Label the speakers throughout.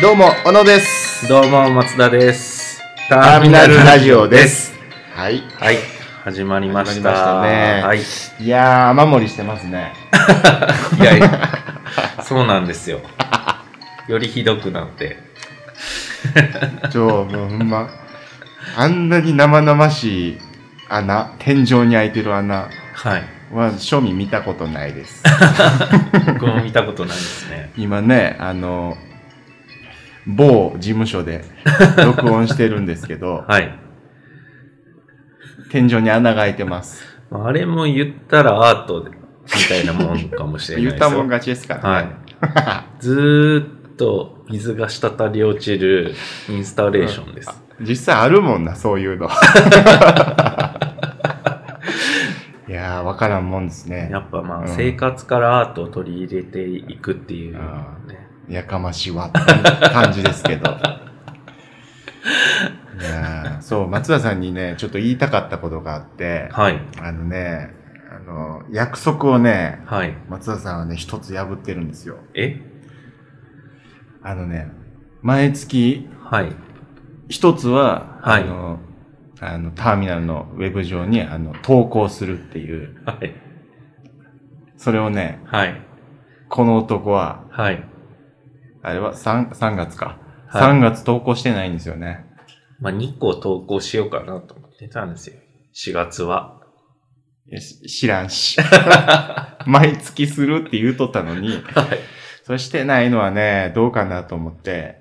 Speaker 1: どうも、小野です。
Speaker 2: どうも松田です。タ
Speaker 1: ターミナルラジオで。す。はい。
Speaker 2: はい、始まりま
Speaker 1: 始
Speaker 2: した。
Speaker 1: まりましたね
Speaker 2: はい。
Speaker 1: いやー、雨漏りしてますね。
Speaker 2: いやいや、そうなんですよ。よりひどくなって。
Speaker 1: ちょ、もうほんま、あんなに生々しい穴、天井に開いてる穴
Speaker 2: はい。
Speaker 1: は、庶民見たことないです。
Speaker 2: 僕も見たことないですね。
Speaker 1: 今ね、あの、某事務所で録音してるんですけど、
Speaker 2: はい。
Speaker 1: 天井に穴が開いてます。
Speaker 2: まああれも言ったらアートみたいなもんかもしれない
Speaker 1: 言
Speaker 2: ですよ。
Speaker 1: ったもん勝ちですからね。
Speaker 2: はい。ずーっと水が滴り落ちるインスタレーションです。
Speaker 1: 実際あるもんな、そう いうの。いやー、わからんもんですね。
Speaker 2: やっぱま
Speaker 1: うん
Speaker 2: あ生活からアートを取り入れていくっていうね、
Speaker 1: あやかましいわって感じですけど。いやーそう、松田さんにね、ちょっと言いたかったことがあって、
Speaker 2: はい。
Speaker 1: あのね、あの、約束をね、
Speaker 2: はい。
Speaker 1: 松田さんはね、一つ破ってるんですよ。
Speaker 2: え
Speaker 1: あのね、毎月
Speaker 2: はい。
Speaker 1: 一つは、
Speaker 2: はい
Speaker 1: あの、あの、ターミナルのウェブ上に、あの、投稿するっていう、
Speaker 2: はい。
Speaker 1: それをね、
Speaker 2: はい。
Speaker 1: この男は、
Speaker 2: はい。
Speaker 1: あれは 3, 3月か。
Speaker 2: はい
Speaker 1: 3月投稿してないんですよね。
Speaker 2: まあ、2個投稿しようかなと思ってたんですよ。4月は。
Speaker 1: いやし知らんし。 毎月するって言うとったのに、
Speaker 2: はい。
Speaker 1: それしてないのはね、どうかなと思って、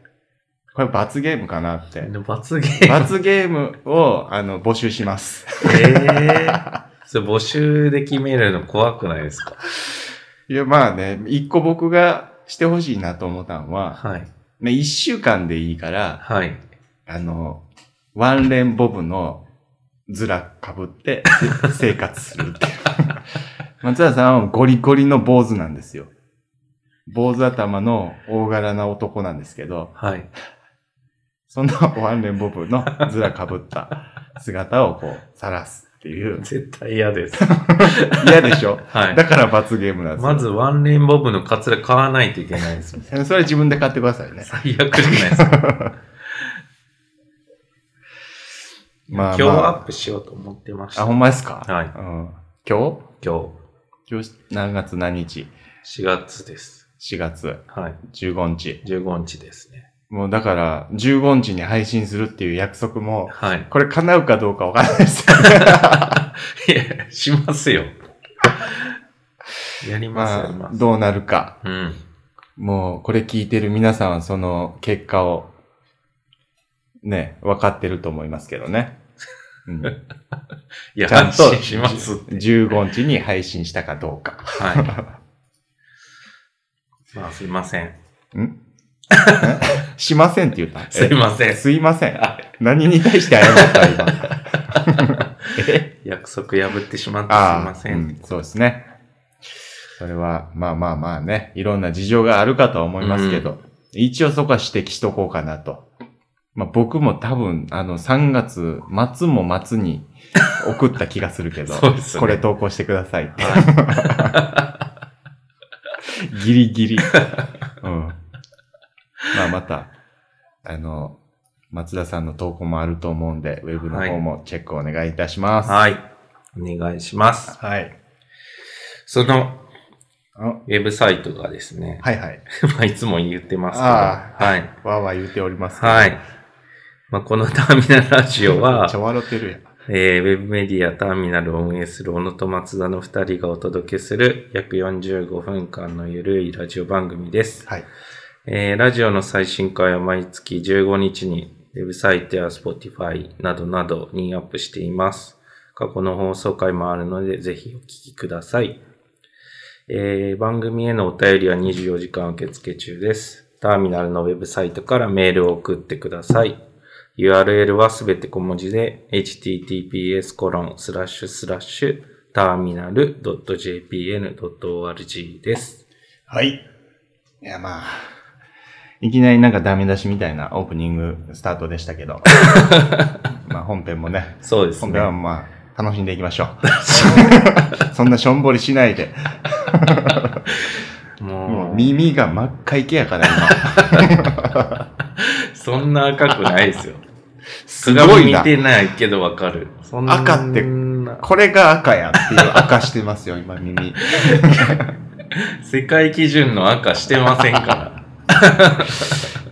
Speaker 1: これ罰ゲームかなって。
Speaker 2: 罰ゲーム。
Speaker 1: 罰ゲームを、あの、募集します。
Speaker 2: ええそれ募集で決めるの怖くないですか
Speaker 1: いや、まあね、一個僕がしてほしいなと思ったのは、
Speaker 2: はい。
Speaker 1: ね、一週間でいいから、
Speaker 2: はい。
Speaker 1: あの、ワンレンボブのズラ被って せ生活するっていう。 松田さんはゴリゴリの坊主なんですよ。坊主頭の大柄な男なんですけど、
Speaker 2: はい。
Speaker 1: そのワンレンボブのズラ被った姿をこう、晒すっていう。
Speaker 2: 絶対嫌です。
Speaker 1: 嫌でしょ
Speaker 2: はい。
Speaker 1: だから罰ゲームなんですよ。
Speaker 2: まずワンレンボブのカツラ買わないといけないですもん。
Speaker 1: それは自分で買ってくださいね。
Speaker 2: 最悪じゃないですか。
Speaker 1: まあまあ
Speaker 2: 今日アップしようと思ってました。
Speaker 1: あ、ほんまですか
Speaker 2: はい
Speaker 1: うん。今
Speaker 2: 今
Speaker 1: 日今日何月何日
Speaker 2: 日4月です。
Speaker 1: ?4 月
Speaker 2: はい。
Speaker 1: 15日。
Speaker 2: 15日ですね。
Speaker 1: もうだから、15日に配信するっていう約束も、
Speaker 2: はい。
Speaker 1: これ叶うかどうかわからないですよね。
Speaker 2: いや、しますよ。 やります、や
Speaker 1: ま
Speaker 2: り
Speaker 1: あ
Speaker 2: ま、す。
Speaker 1: どうなるか。
Speaker 2: うん。
Speaker 1: もう、これ聞いてる皆さんはその結果を、ね、分かってると思いますけどね。 うん、
Speaker 2: いや、
Speaker 1: ちゃん
Speaker 2: 安
Speaker 1: と
Speaker 2: 心しますって。
Speaker 1: 15日に配信したかどうか。
Speaker 2: はい。 まあ、すいません。
Speaker 1: んしませんって言った。
Speaker 2: すいませ
Speaker 1: え
Speaker 2: ん。
Speaker 1: すいません。
Speaker 2: は
Speaker 1: 何に対して謝った今。
Speaker 2: 約束破ってしまってすい
Speaker 1: ああ
Speaker 2: ません。
Speaker 1: うそうですね。それは、まあまあまあね、いろんな事情があるかとは思いますけど、一応そこは指摘しとこうかなと。まあ僕も多分、あの、3月末も末に送った気がするけど、
Speaker 2: そうですね
Speaker 1: これ投稿してくださいって。
Speaker 2: は
Speaker 1: ギリギリ。 うん。まあまた、あの、松田さんの投稿もあると思うんで、ウェブの方もチェックお願いいたします。
Speaker 2: い。はい。お願いします。
Speaker 1: はい。
Speaker 2: その、
Speaker 1: あはい
Speaker 2: ウェブサイトがですね、
Speaker 1: はい。
Speaker 2: まあ、いつも言ってますけど、
Speaker 1: ああ
Speaker 2: はい。
Speaker 1: わーわー言うておりますけど。
Speaker 2: はい。まあ、このターミナルラジオ
Speaker 1: め
Speaker 2: は
Speaker 1: っちゃ、笑ってるやん。
Speaker 2: えーウェブメディアターミナルを運営する小野と松田の2人がお届けする約45分間のゆるいラジオ番組です、
Speaker 1: はい。
Speaker 2: えーラジオの最新回は毎月15日にウェブサイトや Spotify などなどにアップしています。過去の放送回もあるのでぜひお聞きください。えー番組へのお便りは24時間受付中です。ターミナルのウェブサイトからメールを送ってください。URL はすべて小文字で https コロンスラッシュスラッシュターミナル .jpn.org です。
Speaker 1: はい。いや、まあ。いきなりなんかダメ出しみたいなオープニングスタートでしたけ ど。まあ本編もね、
Speaker 2: そうです
Speaker 1: 本
Speaker 2: ね。
Speaker 1: 編はまあ楽しんでいきましょ う。そんなしょんぼりしないで。もう耳が真っ赤いけやから今。
Speaker 2: そんな赤くない ですよ。
Speaker 1: すご
Speaker 2: 鏡
Speaker 1: い
Speaker 2: 見
Speaker 1: な。
Speaker 2: てないけどわかる。そんな
Speaker 1: 赤ってこれが赤やっていう赤してますよ、今耳。
Speaker 2: 世界基準の赤してません から。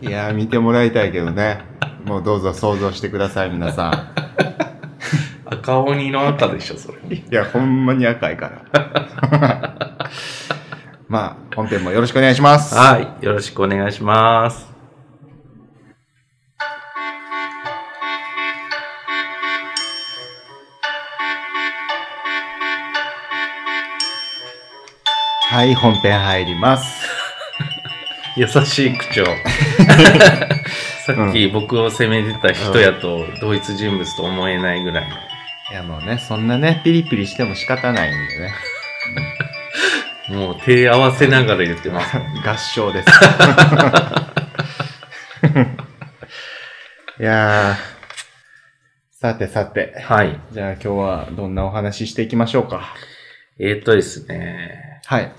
Speaker 1: いやー、見てもらいたいけどね。もうどうぞ想像してください、皆さ
Speaker 2: 赤鬼の赤でしょ、それ。
Speaker 1: ん。いや、ほんまに赤いから。 まあ、本編もよろしくお願いします。
Speaker 2: はい。よろしくお願いします。
Speaker 1: はい、本編入ります。
Speaker 2: 優しい 口調。さっき僕を責めてた人やと同一人物と思えないぐらいの。
Speaker 1: いや、もうね、そんなね、ピリピリしても仕方ないんでね。
Speaker 2: もう手合わせながら言ってます。
Speaker 1: 合唱です。 いやー。さてさて。
Speaker 2: はい。
Speaker 1: じゃあ今日はどんなお話ししていきましょうか。
Speaker 2: えー、っとですね。
Speaker 1: はい。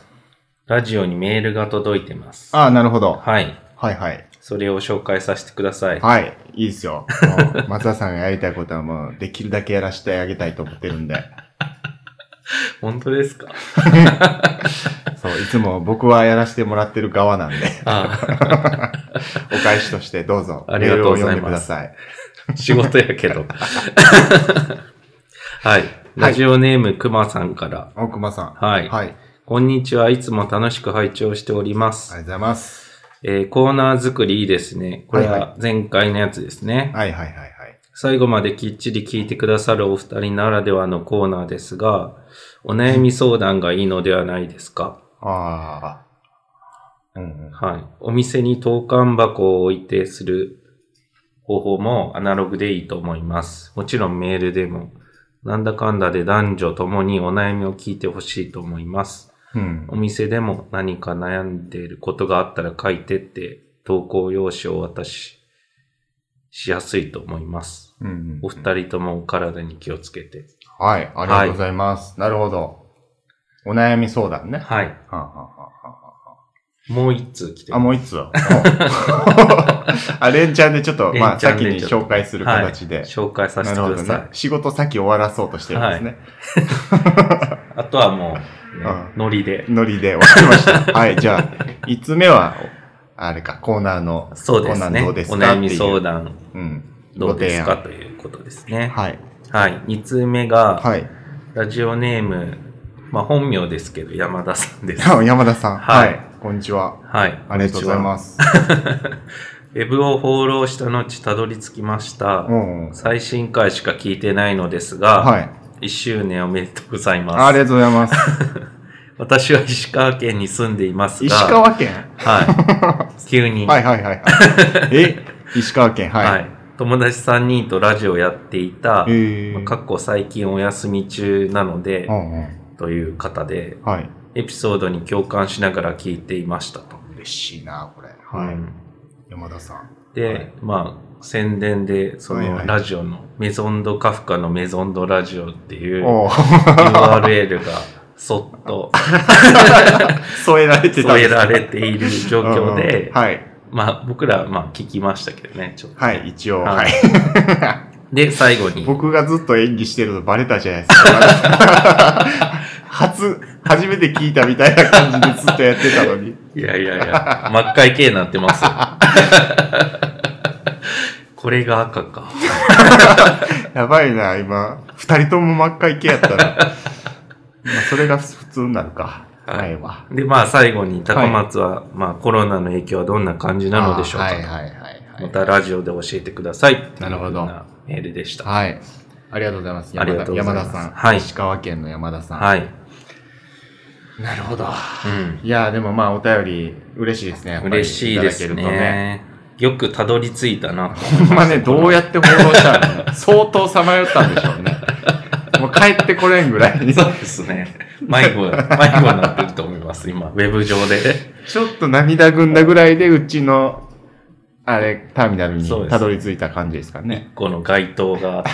Speaker 2: ラジオにメールが届いてます。
Speaker 1: ああ、なるほど。
Speaker 2: はい。
Speaker 1: はいはい。
Speaker 2: それを紹介させてください。
Speaker 1: はい。いいですよ。もう松田さんがやりたいことはもうできるだけやらせてあげたいと思ってるんで。
Speaker 2: 本当ですか
Speaker 1: そう、いつも僕はやらせてもらってる側なんで、
Speaker 2: あ
Speaker 1: お返しとしてどうぞ
Speaker 2: ありがとうございます
Speaker 1: メールを読んでください。
Speaker 2: あ、仕事やけど。 はい。ラジオネームくまさんから。
Speaker 1: 大熊さん。
Speaker 2: はい
Speaker 1: はい。ありが
Speaker 2: こんにちは。いつも楽しく拝聴しておりま
Speaker 1: と
Speaker 2: す。
Speaker 1: うございます。
Speaker 2: えーコーナー作りいいですね。これ
Speaker 1: はい
Speaker 2: は前回のやつですね。
Speaker 1: はいはいはいはい。
Speaker 2: 最後まできっちり聞いてくださるお二人ならではのコーナーですが、お悩み相談がいいのではないですか。
Speaker 1: ああ。うんうん。
Speaker 2: はい。お店に投函箱を置いてする方法もアナログでいいと思います。もちろんメールでも、なんだかんだで男女ともにお悩みを聞いてほしいと思います。
Speaker 1: うん
Speaker 2: お店でも何か悩んでいることがあったら書いてって投稿用紙をお渡ししやすいと思います。
Speaker 1: うんうん
Speaker 2: お二人ともお体に気をつけて。
Speaker 1: はい。ありがとうございます。なるほど。お悩み相談ね。は
Speaker 2: はい。
Speaker 1: あはあはあはあ
Speaker 2: もう一通来て
Speaker 1: あ、
Speaker 2: ます。
Speaker 1: もう一 つあ、連チャンでちょっと、まあ、先に紹介する形で。
Speaker 2: 紹介させ
Speaker 1: な
Speaker 2: て
Speaker 1: るほ
Speaker 2: く
Speaker 1: ど
Speaker 2: ださい。
Speaker 1: ね。仕事先終わらそうとしてるんですね。
Speaker 2: あとはもうね、
Speaker 1: うん
Speaker 2: ノリで。
Speaker 1: ノリで、わかりました。 はい、じゃあ、5つ目は、あれか、コーナーの、
Speaker 2: そうで
Speaker 1: コーナ
Speaker 2: す
Speaker 1: ー
Speaker 2: ね。
Speaker 1: ど
Speaker 2: お
Speaker 1: うですか
Speaker 2: 悩み
Speaker 1: っていう
Speaker 2: 相談
Speaker 1: うん。
Speaker 2: どうですか
Speaker 1: ご
Speaker 2: ということですね。
Speaker 1: はい。
Speaker 2: はい。二通目が、
Speaker 1: はい。
Speaker 2: ラジオネーム、まあ本名ですけど、山田さんです。
Speaker 1: あ 山田さん。
Speaker 2: は
Speaker 1: はいい。こんにちは。
Speaker 2: はい。
Speaker 1: ありがとうござい
Speaker 2: す。
Speaker 1: ます。
Speaker 2: ウェブをフォローした後、たどり着きました
Speaker 1: う。ん。
Speaker 2: 最新回しか聞いてないのですが、
Speaker 1: はい。
Speaker 2: 1周年おめでとうございます。
Speaker 1: ありがとうございます。
Speaker 2: 私は石川県に住んでいますが、
Speaker 1: 石川県
Speaker 2: はい。急に、
Speaker 1: はいはいはいはい。 え石川県、はい。
Speaker 2: はい友達3人とラジオやっていた、
Speaker 1: え
Speaker 2: まあ
Speaker 1: ー。
Speaker 2: かっこ最近お休み中なので
Speaker 1: う、んうん。
Speaker 2: という方で、
Speaker 1: はい。
Speaker 2: エピソードに共感しながら聞いていましたと。
Speaker 1: 嬉しいな、これ。は
Speaker 2: う
Speaker 1: い。
Speaker 2: ん
Speaker 1: 山田さん。
Speaker 2: で、
Speaker 1: はい
Speaker 2: まあ、宣伝で、そ
Speaker 1: はいは
Speaker 2: の
Speaker 1: い
Speaker 2: ラジオの、メゾンドカフカのメゾンドラジオっていう
Speaker 1: おう
Speaker 2: URL が、そっと
Speaker 1: 添えられてたん
Speaker 2: 添
Speaker 1: で
Speaker 2: え
Speaker 1: すね。
Speaker 2: られている状況で
Speaker 1: うん、はい。
Speaker 2: まあ、僕ら、まあ、聞きましたけどね、ちょっと。
Speaker 1: はい、一応。
Speaker 2: は
Speaker 1: はいい。
Speaker 2: で、最後に、
Speaker 1: 僕がずっと演技してるのバレたじゃないです か。初、初めて聞いたみたいな感じでずっとやってたのに。
Speaker 2: いやいやいや、真っ赤い系になってますよ。 これが赤か。
Speaker 1: やばいな、今。二人とも真っ赤い系やったら。 まあそれが普通になるか。
Speaker 2: はい
Speaker 1: 前は。
Speaker 2: で、まあ最後に高松は、まあコロナの影響はどんな感じなのでしょうか。
Speaker 1: あーはいはいはいはい。
Speaker 2: またラジオで教えてください。
Speaker 1: なるほど
Speaker 2: というようなメールでした。
Speaker 1: はい。ありがとうございます。
Speaker 2: あり
Speaker 1: 山
Speaker 2: がと
Speaker 1: 田
Speaker 2: うござ
Speaker 1: 山
Speaker 2: いま
Speaker 1: 田
Speaker 2: す
Speaker 1: さん。
Speaker 2: はい
Speaker 1: 石川県の山田さん。
Speaker 2: はい。
Speaker 1: なるほど。
Speaker 2: うん。
Speaker 1: いやー、でもまあ、お便り、嬉しいですね。やっぱり
Speaker 2: 嬉しいです
Speaker 1: ただけると
Speaker 2: ね。よくたどり着いたなと思い
Speaker 1: ほん
Speaker 2: ま
Speaker 1: ま
Speaker 2: した
Speaker 1: ね、どうやって報道したのね相当さまよったんでしょうね。もう帰ってこれんぐらいに。
Speaker 2: そうですね。 迷子、迷子になってると思います、今、ウェブ上で。
Speaker 1: ちょっと涙ぐんだぐらいで、うちの、あれ、ターミナル
Speaker 2: そうで
Speaker 1: に
Speaker 2: す
Speaker 1: たどり着いた感じですかね。
Speaker 2: この街灯が。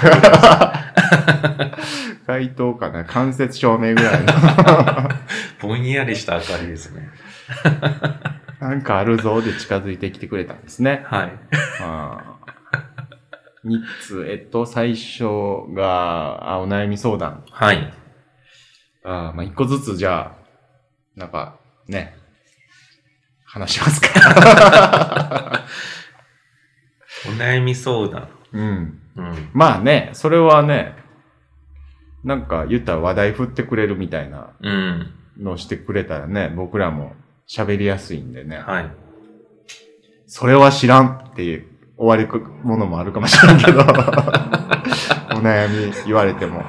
Speaker 1: 街灯かな間 接照明ぐらいの。
Speaker 2: ぼんやりした明かりですね。
Speaker 1: なんかあるぞで近づいてきてくれたんですね。
Speaker 2: はい。
Speaker 1: あー3つ、えっと、最初が、あお悩み相談。
Speaker 2: はい。
Speaker 1: あーまあ、一個ずつじゃあ、なんか、ね、話します か。
Speaker 2: お悩み相談。
Speaker 1: うん。
Speaker 2: うん。
Speaker 1: まあね、それはね、なんか言ったら話題振ってくれるみたいな
Speaker 2: うん。
Speaker 1: のをしてくれたらね、僕らも喋りやすいんでね。
Speaker 2: はい。
Speaker 1: それは知らんっていう終わりくものもあるかもしれんけど、 お悩み言われても。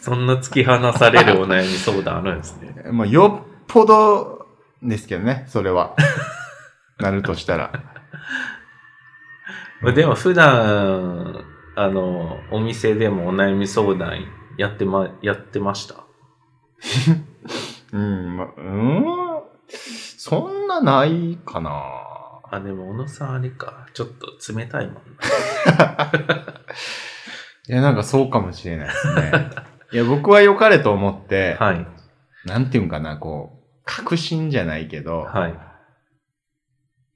Speaker 2: そんな突き放されるお悩み相談あるんですね。
Speaker 1: まあ、よっぽどですけどね、それは。なるとしたら。
Speaker 2: でも普段、あの、お店でもお悩み相談やってま、やってました。
Speaker 1: うん、ま、うーん、そんなないかな。
Speaker 2: あ、でも小野さんあれか。ちょっと冷たいもんな。
Speaker 1: いや、なんかそうかもしれないですね。いや、僕は良かれと思って、
Speaker 2: はい。
Speaker 1: なんていうんかな、こう、確信じゃないけど、
Speaker 2: はい。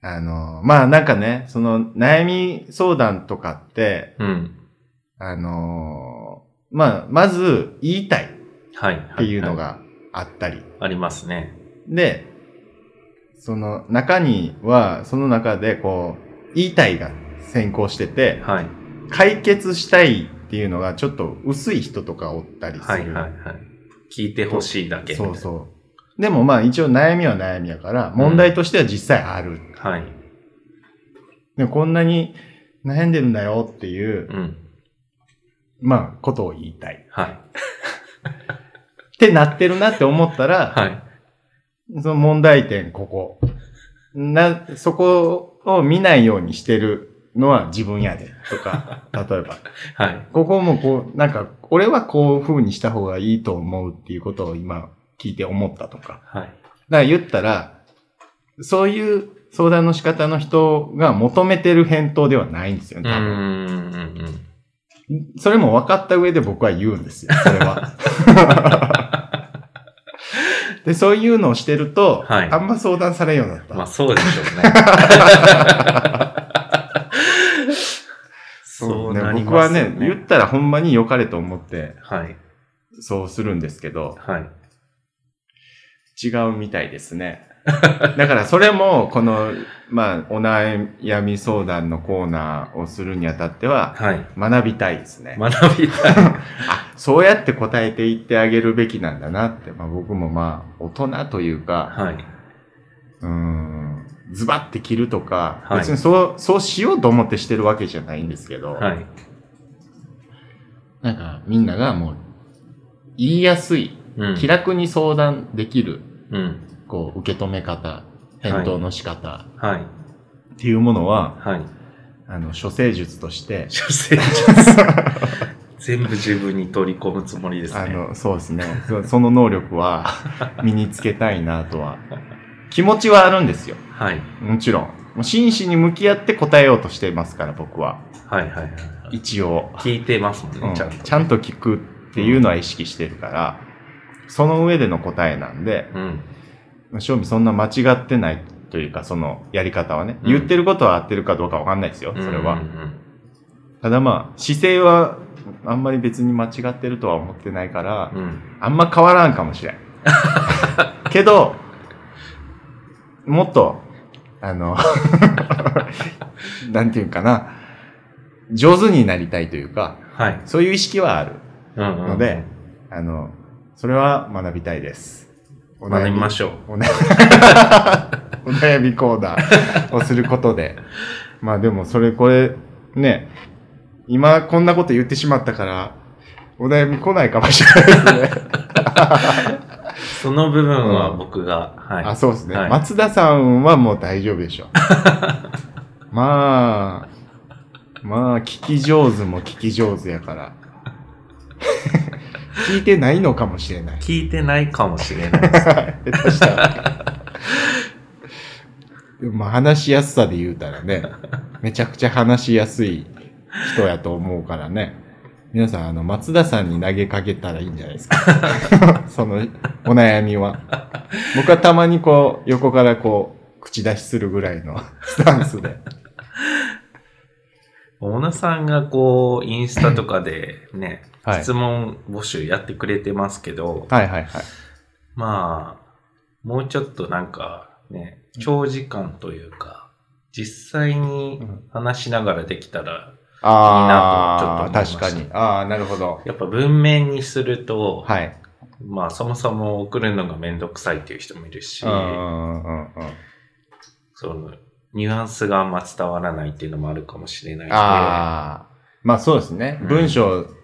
Speaker 1: あの、まあなんかね、その悩み相談とかって、
Speaker 2: うん。
Speaker 1: あのーまあ、まず言いたいっ
Speaker 2: はい。
Speaker 1: ていうの
Speaker 2: は
Speaker 1: があったり。
Speaker 2: い。ありますね。
Speaker 1: で、その中には、その中でこう、言いたいが先行してて、
Speaker 2: はい。
Speaker 1: 解決したいっていうのがちょっと薄い人とかおったりする。
Speaker 2: はい。はい。はい。聞いてほしいだけ。
Speaker 1: そうそう。でもまあ一応悩みは悩みやから、問題としては実際ある。
Speaker 2: はい。
Speaker 1: でこんなに悩んでるんだよっていう、
Speaker 2: うん。
Speaker 1: まあことを言いたい。
Speaker 2: はい。
Speaker 1: ってなってるなって思ったら、
Speaker 2: はい。
Speaker 1: その問題点、ここ。な、そこを見ないようにしてるのは自分やで、と か、例えば。
Speaker 2: はい。
Speaker 1: ここもこう、なんか、俺はこういう風にした方がいいと思うっていうことを今聞いて思ったとか。
Speaker 2: はい。
Speaker 1: だから言ったら、そういう相談の仕方の人が求めてる返答ではないんですよ
Speaker 2: う
Speaker 1: ね、
Speaker 2: ー
Speaker 1: 多分。
Speaker 2: ん。うんうん
Speaker 1: それも分かった上で僕は言うんですよ、それ は。で、そういうのをしてると、
Speaker 2: はい
Speaker 1: あんま相談されんようになった。
Speaker 2: まあそうでし ょうね。そうなり
Speaker 1: 僕
Speaker 2: ま
Speaker 1: は
Speaker 2: すよ
Speaker 1: ね、言ったらほんまに良かれと思って、
Speaker 2: はい。
Speaker 1: そうするんですけど、
Speaker 2: はい。
Speaker 1: 違うみたいです ね。だからそれも、この、まあ、お悩み相談のコーナーをするにあたっては、
Speaker 2: はい。
Speaker 1: 学びたいですね。
Speaker 2: 学びたい。
Speaker 1: あ、そうやって答えていってあげるべきなんだなって、まあ僕もまあ、大人というか、
Speaker 2: はい。
Speaker 1: うーん、ズバッて切るとか、
Speaker 2: はい
Speaker 1: 別にそう、そうしようと思ってしてるわけじゃないんですけど、
Speaker 2: はい。
Speaker 1: なんかみんながもう、言いやすい
Speaker 2: うん。
Speaker 1: 気楽に相談できる、
Speaker 2: うん。
Speaker 1: こう、受け止め方、返答の仕方、
Speaker 2: はい。
Speaker 1: っていうものは、
Speaker 2: はい。
Speaker 1: あの、処世術として、
Speaker 2: 女性女性全部自分に取り込むつもりですね。
Speaker 1: あの、そうですね。そその能力は 身につけたいなとは。気持ちはあるんですよ。
Speaker 2: はい。
Speaker 1: もちろん。もう真摯に向き合って答えようとしてますから、僕は。
Speaker 2: はいはいはいはい。
Speaker 1: 一応。
Speaker 2: 聞いてますもん
Speaker 1: う
Speaker 2: ね、
Speaker 1: ん
Speaker 2: ち
Speaker 1: ち
Speaker 2: ゃ
Speaker 1: ゃ
Speaker 2: んと。
Speaker 1: んと聞くっていうのは意識してるから、その上での答えなんで、
Speaker 2: うん。
Speaker 1: 正味そんな間違ってないというか、そのやり方はね、
Speaker 2: うん
Speaker 1: 言ってることは合ってるかどうかわかんないですよ、それは。
Speaker 2: うんうん
Speaker 1: ただまあ、姿勢はあんまり別に間違ってるとは思ってないから、
Speaker 2: うん。うん
Speaker 1: あんま変わらんかもしれん。けど、もっと、あの、 なんていうんかな、上手になりたいというか、
Speaker 2: はい。
Speaker 1: そういう意識はある
Speaker 2: うんうん
Speaker 1: ので、、あの、それは学びたいです。お
Speaker 2: 学びま
Speaker 1: ょ
Speaker 2: しょ
Speaker 1: う。
Speaker 2: う。
Speaker 1: お悩み お悩みコーナーをすることで。まあでもそれこれ、ね、今こんなこと言ってしまったから、お悩み来ないかもしれないですね。
Speaker 2: その部分は僕が、はい。
Speaker 1: あ、そうですね、
Speaker 2: はい
Speaker 1: 松田さんはもう大丈夫でし ょう。まあ、まあ、聞き上手も聞き上手やから。 聞いてないのかもしれない。
Speaker 2: 聞いてないかもしれない です。
Speaker 1: 下手したら。 でも話しやすさで言うたらね、めちゃくちゃ話しやすい人やと思うからね。皆さん、あの、松田さんに投げかけたらいいんじゃないですか。 その、お悩みは。僕はたまにこう、横からこう、口出しするぐらいのスタンスで。
Speaker 2: 小野さんがこう、インスタとかでね、
Speaker 1: はい
Speaker 2: 質問募集やってくれてますけど、
Speaker 1: はいはいはい。
Speaker 2: まあ、もうちょっとなんかね、長時間というか、実際に
Speaker 1: うん
Speaker 2: 話しながらできたら、
Speaker 1: あ
Speaker 2: いいなとちょっと思いま
Speaker 1: あ、
Speaker 2: した
Speaker 1: 確かに。ああ、なるほど。
Speaker 2: やっぱ文面にすると、
Speaker 1: はい。
Speaker 2: まあそもそも送るのがめんどくさいっていう人もいるし、
Speaker 1: うんうんうんうん。
Speaker 2: そのニュアンスがあんま伝わらないっていうのもあるかもしれないので
Speaker 1: ああ、まあそうですね。
Speaker 2: うん
Speaker 1: 文章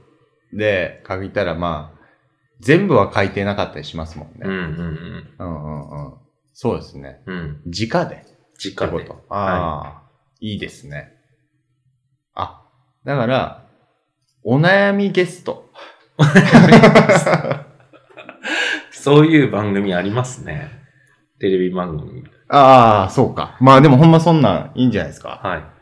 Speaker 1: で書いたら、まあ、全部は書いてなかったりしますもん
Speaker 2: うんう
Speaker 1: ね。
Speaker 2: ん
Speaker 1: うんうんうん。そうですね。
Speaker 2: うん。うん。
Speaker 1: 直で。っ
Speaker 2: 時
Speaker 1: て
Speaker 2: 間
Speaker 1: こ
Speaker 2: で。
Speaker 1: と。ああ、い、いですね。あ、だから、お悩みゲスト。
Speaker 2: そういう番組ありますね。テレビ番組。
Speaker 1: ああ、そうか。まあでもほんまそんなんいいんじゃないですか。
Speaker 2: は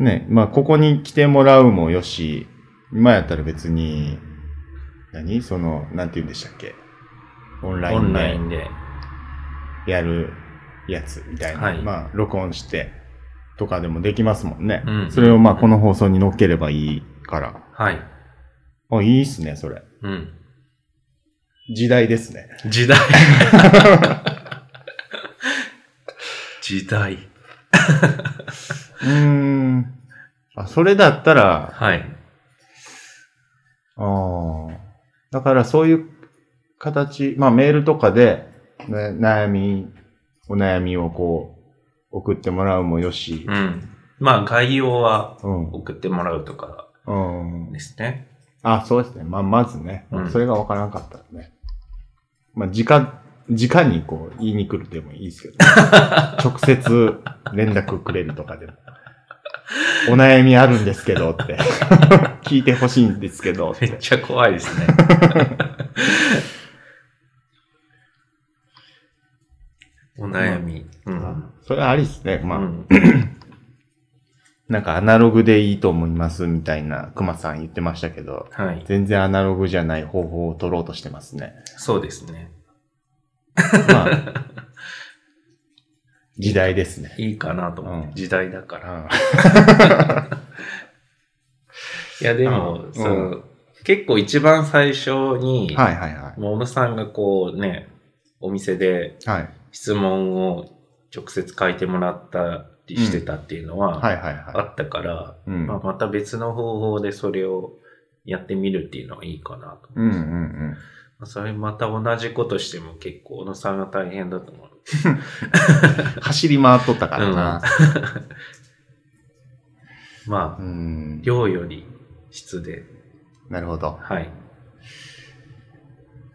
Speaker 2: い。
Speaker 1: ね、まあここに来てもらうもよし、今やったら別に、何その、なんて言うんでしたっけオンライ
Speaker 2: オン
Speaker 1: ン
Speaker 2: ラ
Speaker 1: で
Speaker 2: インで。
Speaker 1: やるやつみたいな。
Speaker 2: はい
Speaker 1: まあ録音してとかでもできますもんね。
Speaker 2: うん
Speaker 1: それをまあこの放送に乗っければいいから。
Speaker 2: はい。
Speaker 1: あ、いいっすね、それ。
Speaker 2: うん。
Speaker 1: 時代ですね。
Speaker 2: 時代。時代。
Speaker 1: うーん。あ、それだったら、
Speaker 2: はい。
Speaker 1: あーだからそういう形、まあメールとかで、ね、悩み、お悩みをこう、送ってもらうもよし
Speaker 2: う、ん。まあ概要は
Speaker 1: うん。
Speaker 2: 送ってもらうとか
Speaker 1: うん。
Speaker 2: ですね。
Speaker 1: あ、そうですね。まあ、まずね。
Speaker 2: うん
Speaker 1: それがわからんかったらね。まあ、直、直にこう、言いに来るでもいいですけど、 ね、直接連絡くれるとかでも。お悩みあるんですけどって。 聞いてほしいんですけどっ
Speaker 2: め
Speaker 1: て
Speaker 2: っ。ちゃ怖いですね。 お悩み。うん。
Speaker 1: それはありですね。まあ、
Speaker 2: うん
Speaker 1: なんかアナログでいいと思いますみたいな、熊さん言ってましたけど、
Speaker 2: はい。
Speaker 1: 全然アナログじゃない方法を取ろうとしてますね。
Speaker 2: そうですね。
Speaker 1: まあ、時代ですね。
Speaker 2: いいかなと思って、
Speaker 1: うん
Speaker 2: 時代だから。
Speaker 1: うん
Speaker 2: いや、でも、
Speaker 1: うん
Speaker 2: その、結構一番最初に、
Speaker 1: はいはいは
Speaker 2: もう小野さんがこうね、お店で
Speaker 1: い。はい。
Speaker 2: 質問を直接書いてもらったりしてたっていうのは、
Speaker 1: はいはい
Speaker 2: あ
Speaker 1: は
Speaker 2: ったから、
Speaker 1: い。うん。
Speaker 2: まあ、また別の方法でそれをやってみるっていうのはいいかなと。
Speaker 1: うんうんうん。
Speaker 2: まあそれまた同じことしても結構小野さんが大変だと思う。
Speaker 1: 走り回っとったからな。
Speaker 2: ま
Speaker 1: う
Speaker 2: あ、
Speaker 1: ん。
Speaker 2: 量より質で、
Speaker 1: なるほど。
Speaker 2: はい。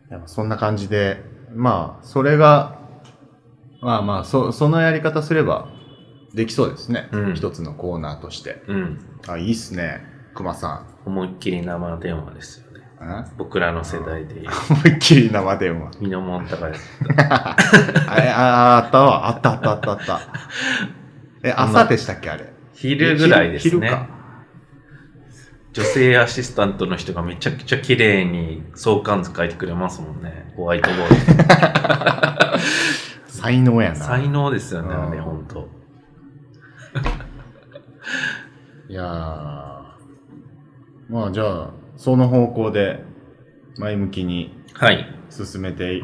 Speaker 1: でもそんな感じで、まあ、それが、まあまあ、そ、そのやり方すれば、できそうですね。
Speaker 2: うん
Speaker 1: 一つのコーナーとして。
Speaker 2: うん。
Speaker 1: あ、いいっすね。熊さん。
Speaker 2: 思いっきり生電話ですよね。
Speaker 1: ん
Speaker 2: 僕らの世代で言う。
Speaker 1: 思いっきり生電話。
Speaker 2: 身のもんたからです。
Speaker 1: あれ、ああったわ。あったあったあったあった。 え、朝でしたっけあれ。
Speaker 2: 昼ぐらいです
Speaker 1: 昼
Speaker 2: ね。
Speaker 1: か。
Speaker 2: 女性アシスタントの人がめちゃくちゃ綺麗に相関図書いてくれますもんね。ホワイトボード。
Speaker 1: 才能やな。
Speaker 2: 才能ですよね、
Speaker 1: うん
Speaker 2: あれ、ほんと。
Speaker 1: いやーまあじゃあ、その方向で前向きに
Speaker 2: はい。
Speaker 1: 進めて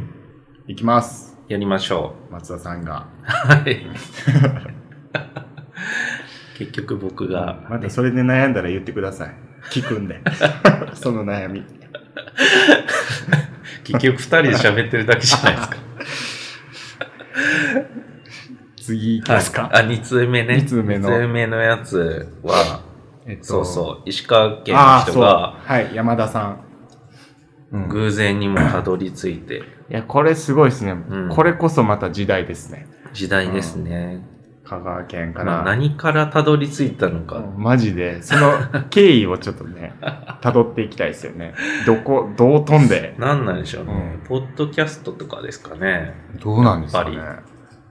Speaker 1: いきます。
Speaker 2: やりましょ
Speaker 1: 松田さんが。
Speaker 2: う。はい。結局僕が、
Speaker 1: またそれで悩んだら言ってください。聞くん で。その悩み。
Speaker 2: 結局二人で喋ってるだけじゃないです か。
Speaker 1: 次行きますか。
Speaker 2: はいあ、二通目ね。
Speaker 1: 二通目の
Speaker 2: 二のやつは、
Speaker 1: えっと
Speaker 2: そうそう、石川県の
Speaker 1: ああ、
Speaker 2: 人
Speaker 1: そう。
Speaker 2: が
Speaker 1: はい、山田さん。うん
Speaker 2: 偶然にもたどり着いて、
Speaker 1: いや、これすごいですね、
Speaker 2: ん
Speaker 1: これこそまた時代ですね。
Speaker 2: 時代ですね。
Speaker 1: 香川県から。
Speaker 2: まあ、何からたどり着いたのか。
Speaker 1: マジで、その経緯をちょっとね、辿っていきたいですよね。どこ、どう飛んで。
Speaker 2: なんなんでしょうね、
Speaker 1: うん
Speaker 2: ポッドキャストとかですかね。
Speaker 1: どうなんです
Speaker 2: かね
Speaker 1: やっぱ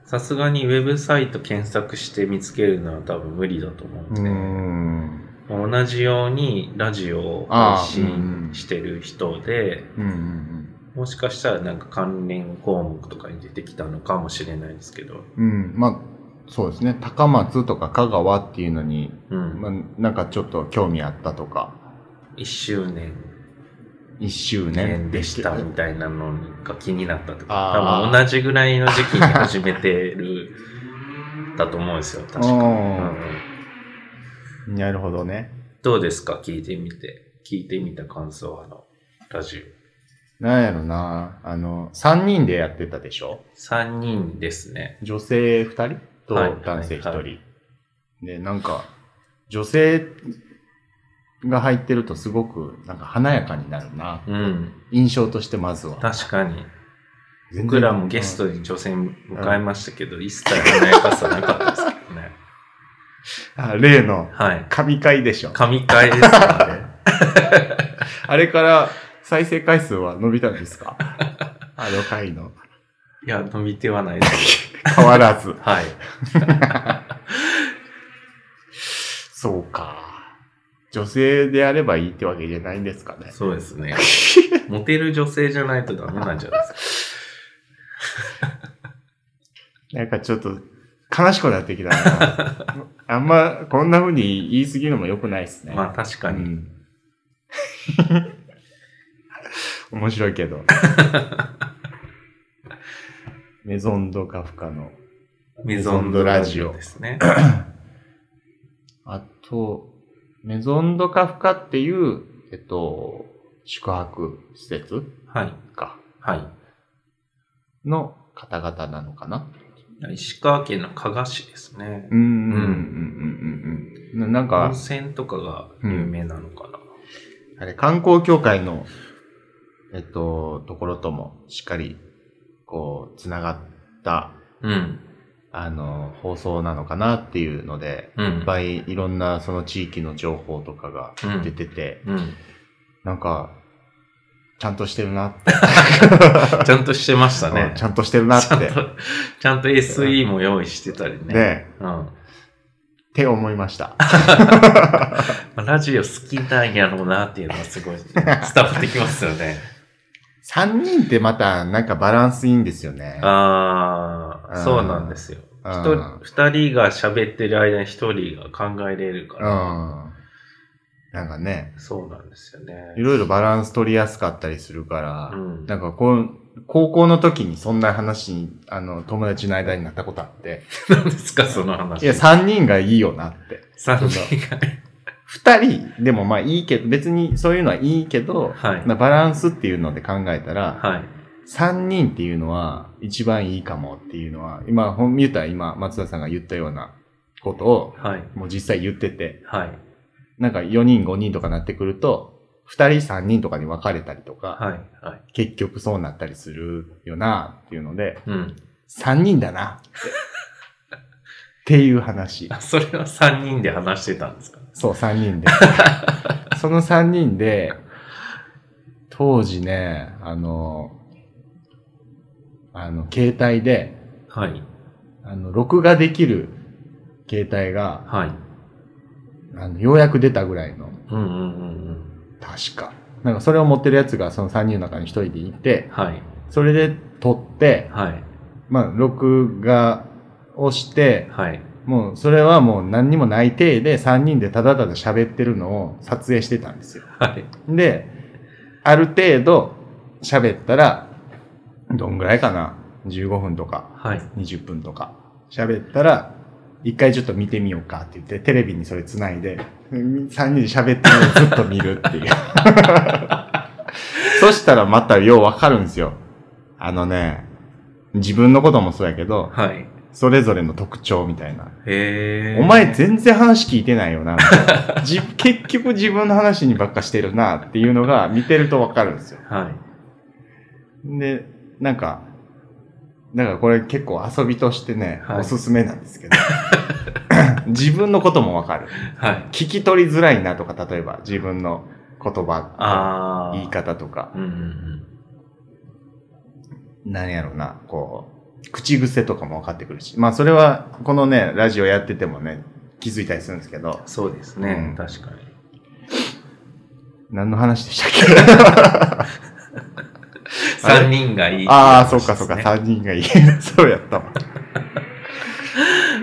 Speaker 2: さすがにウェブサイト検索して見つけるのは多分無理だと思うん
Speaker 1: り。う
Speaker 2: で、
Speaker 1: ーん。
Speaker 2: 同じようにラジオを
Speaker 1: あー
Speaker 2: 配信してる人で、
Speaker 1: うんうん
Speaker 2: もしかしたらなんか関連項目とかに出てきたのかもしれないですけど。
Speaker 1: うん。うん。まあ、そうですね。高松とか香川っていうのに、
Speaker 2: うん。
Speaker 1: まあ、なんかちょっと興味あったとか、
Speaker 2: 1周年
Speaker 1: 一周年
Speaker 2: 年でしたみたいなのが気になったとか
Speaker 1: あ、ー
Speaker 2: 多分同じぐらいの時期に始めてるだと思うんですよ、確かに。うん
Speaker 1: なるほどね。
Speaker 2: どうですか聞いてみて。聞いてみた感想はあの、ラジオ。
Speaker 1: なんやろな。あの、三人でやってたでしょ
Speaker 2: 3人ですね。
Speaker 1: 女性二人と
Speaker 2: はい
Speaker 1: 男性一人、
Speaker 2: はいは
Speaker 1: で、なんか、女性が入ってるとすごく、なんか華やかになるな。
Speaker 2: うん。
Speaker 1: 印象としてまずは。
Speaker 2: 確かに。
Speaker 1: 全然
Speaker 2: 僕らもゲストに女性迎えましたけど、一切華やかさなかったですけ どね。
Speaker 1: あ例の、
Speaker 2: はい。
Speaker 1: 神回でしょ。
Speaker 2: 神回ですからね。
Speaker 1: あれから再生回数は伸びたんです かあの回の。
Speaker 2: いや、伸びてはないです。
Speaker 1: 変わらず。
Speaker 2: はい。
Speaker 1: そうか。女性であればいいってわけじゃないんですかね。
Speaker 2: そうですね。モテる女性じゃないとダメなんじゃないですか。
Speaker 1: なんかちょっと悲しくなってきた な。あんまこんな風に言い過ぎるのも良くないですね。
Speaker 2: まあ確か
Speaker 1: う
Speaker 2: に。
Speaker 1: ん 面白いけ ど。メゾンドカフカの。
Speaker 2: メ
Speaker 1: ゾンドラジオ
Speaker 2: ですね。
Speaker 1: あと、メゾンドカフカっていう、えっと、宿泊施設
Speaker 2: はい。
Speaker 1: か。
Speaker 2: は。
Speaker 1: の方々なのかない
Speaker 2: 石川県の加賀市ですね。
Speaker 1: うんうんうんうんうんうん。ななん
Speaker 2: 温
Speaker 1: か、
Speaker 2: 泉とかが有名なのかな。
Speaker 1: あれ、観光協会の、えっと、ところともしっかり、こう、つながった、
Speaker 2: うん。
Speaker 1: あの、放送なのかなっていうので、
Speaker 2: うん。
Speaker 1: いっぱいいろんなその地域の情報とかが
Speaker 2: うん
Speaker 1: 出てて、
Speaker 2: うん。
Speaker 1: なんか、ちゃんとしてるな って。。
Speaker 2: ちゃんとしてましたね
Speaker 1: ちゃんとしてるなっ
Speaker 2: ちゃん
Speaker 1: て。
Speaker 2: と、ちゃんと SE も用意してたりね。
Speaker 1: ね、
Speaker 2: うん。
Speaker 1: って思いま した。
Speaker 2: ラジオ好きなんやろうなっていうのはす ごい伝わってきますよね。
Speaker 1: 3人ってまたなんかバランスいいんですよね。
Speaker 2: あ
Speaker 1: う
Speaker 2: あ、
Speaker 1: ん
Speaker 2: そうなんですよ。
Speaker 1: う
Speaker 2: 一
Speaker 1: ん
Speaker 2: 人二人が喋ってる間に一人が考えれるか
Speaker 1: うん。
Speaker 2: ら、
Speaker 1: なんかね、
Speaker 2: そうなんですよね。
Speaker 1: いろいろバランス取りやすかったりするから、
Speaker 2: うん
Speaker 1: なんかこう、高校の時にそんな話に、あの、友達の間になったことあって、
Speaker 2: 何ですか、その話。
Speaker 1: いや、3人がいいよなって。
Speaker 2: 三人が。
Speaker 1: 2人でもまあいいけど、別にそういうのはいいけど、
Speaker 2: はい
Speaker 1: なバランスっていうので考えたら、
Speaker 2: はい。
Speaker 1: 3人っていうのは一番いいかもっていうのは、今、ほん、言ったら今、松田さんが言ったようなことを、
Speaker 2: はい。
Speaker 1: もう実際言ってて、
Speaker 2: はい。
Speaker 1: なんか4人5人とかなってくると、2人3人とかに分かれたりとか、
Speaker 2: はい。はい。
Speaker 1: 結局そうなったりするよなっていうので、
Speaker 2: うん。
Speaker 1: 3人だなって。っていう 話。
Speaker 2: あそれは三人で話してたんですか
Speaker 1: そう、3人 で。その3人で、当時ね、あの、あの、携帯で、
Speaker 2: はい。
Speaker 1: あの、録画できる携帯が、
Speaker 2: はい。
Speaker 1: あの、ようやく出たぐらいの、
Speaker 2: うんうんうんうん。
Speaker 1: 確か。なんかそれを持ってるやつがその3人の中に1人でいて、
Speaker 2: はい。
Speaker 1: それで撮って、
Speaker 2: はい。
Speaker 1: まあ、録画をして、
Speaker 2: はい。
Speaker 1: もうそれはもう何にもない体で3人でただただ喋ってるのを撮影してたんですよ。
Speaker 2: はい。
Speaker 1: で、ある程度喋ったら、どんぐらいかな ?15 分とか
Speaker 2: はい。
Speaker 1: 20分とか喋ったら、一回ちょっと見てみようかって言って、テレビにそれ繋いで、3人で喋ってるのをずっと見るっていう。そしたらまたようわかるんですよ。あのね、自分のこともそうやけど、
Speaker 2: はい。
Speaker 1: それぞれの特徴みたいな。
Speaker 2: へえ。
Speaker 1: お前全然話聞いてないよな、みたいなじ 結局自分の話にばっかしてるな、っていうのが見てるとわかるんですよ。
Speaker 2: はい。
Speaker 1: で、なんか、なんかこれ結構遊びとしてね、
Speaker 2: はい
Speaker 1: おすすめなんですけど。 自分のこともわかる。
Speaker 2: はい。
Speaker 1: 聞き取りづらいなとか、例えば自分の言葉、
Speaker 2: ああ。
Speaker 1: 言い。方とか、
Speaker 2: うんうんうん。
Speaker 1: 何やろうな、こう、口癖とかも分かってくるし。まあそれは、このね、ラジオやっててもね、気づいたりするんですけど、
Speaker 2: そうです
Speaker 1: うん
Speaker 2: ね、確かに。
Speaker 1: 何の話でしたっけ あれ
Speaker 2: 3人がいいっていう
Speaker 1: ああ、
Speaker 2: 話
Speaker 1: そ
Speaker 2: で
Speaker 1: っ
Speaker 2: す
Speaker 1: か
Speaker 2: ね
Speaker 1: そっか、3人がいい。 そうや ったわ。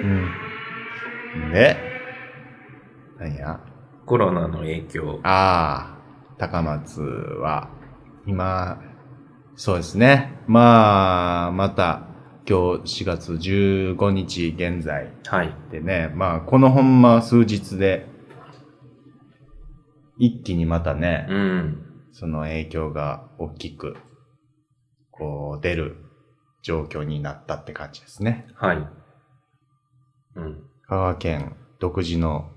Speaker 1: うん。で、何や
Speaker 2: コロナの影響。
Speaker 1: ああ、高松は、今、そうですね。まあ、また、今日4月15日現在
Speaker 2: はい。
Speaker 1: でね、まあ、このほんま数日で、一気にまたね、
Speaker 2: うん。
Speaker 1: その影響が大きく、こう、出る状況になったって感じですね。
Speaker 2: はい。うん。
Speaker 1: 香川県独自の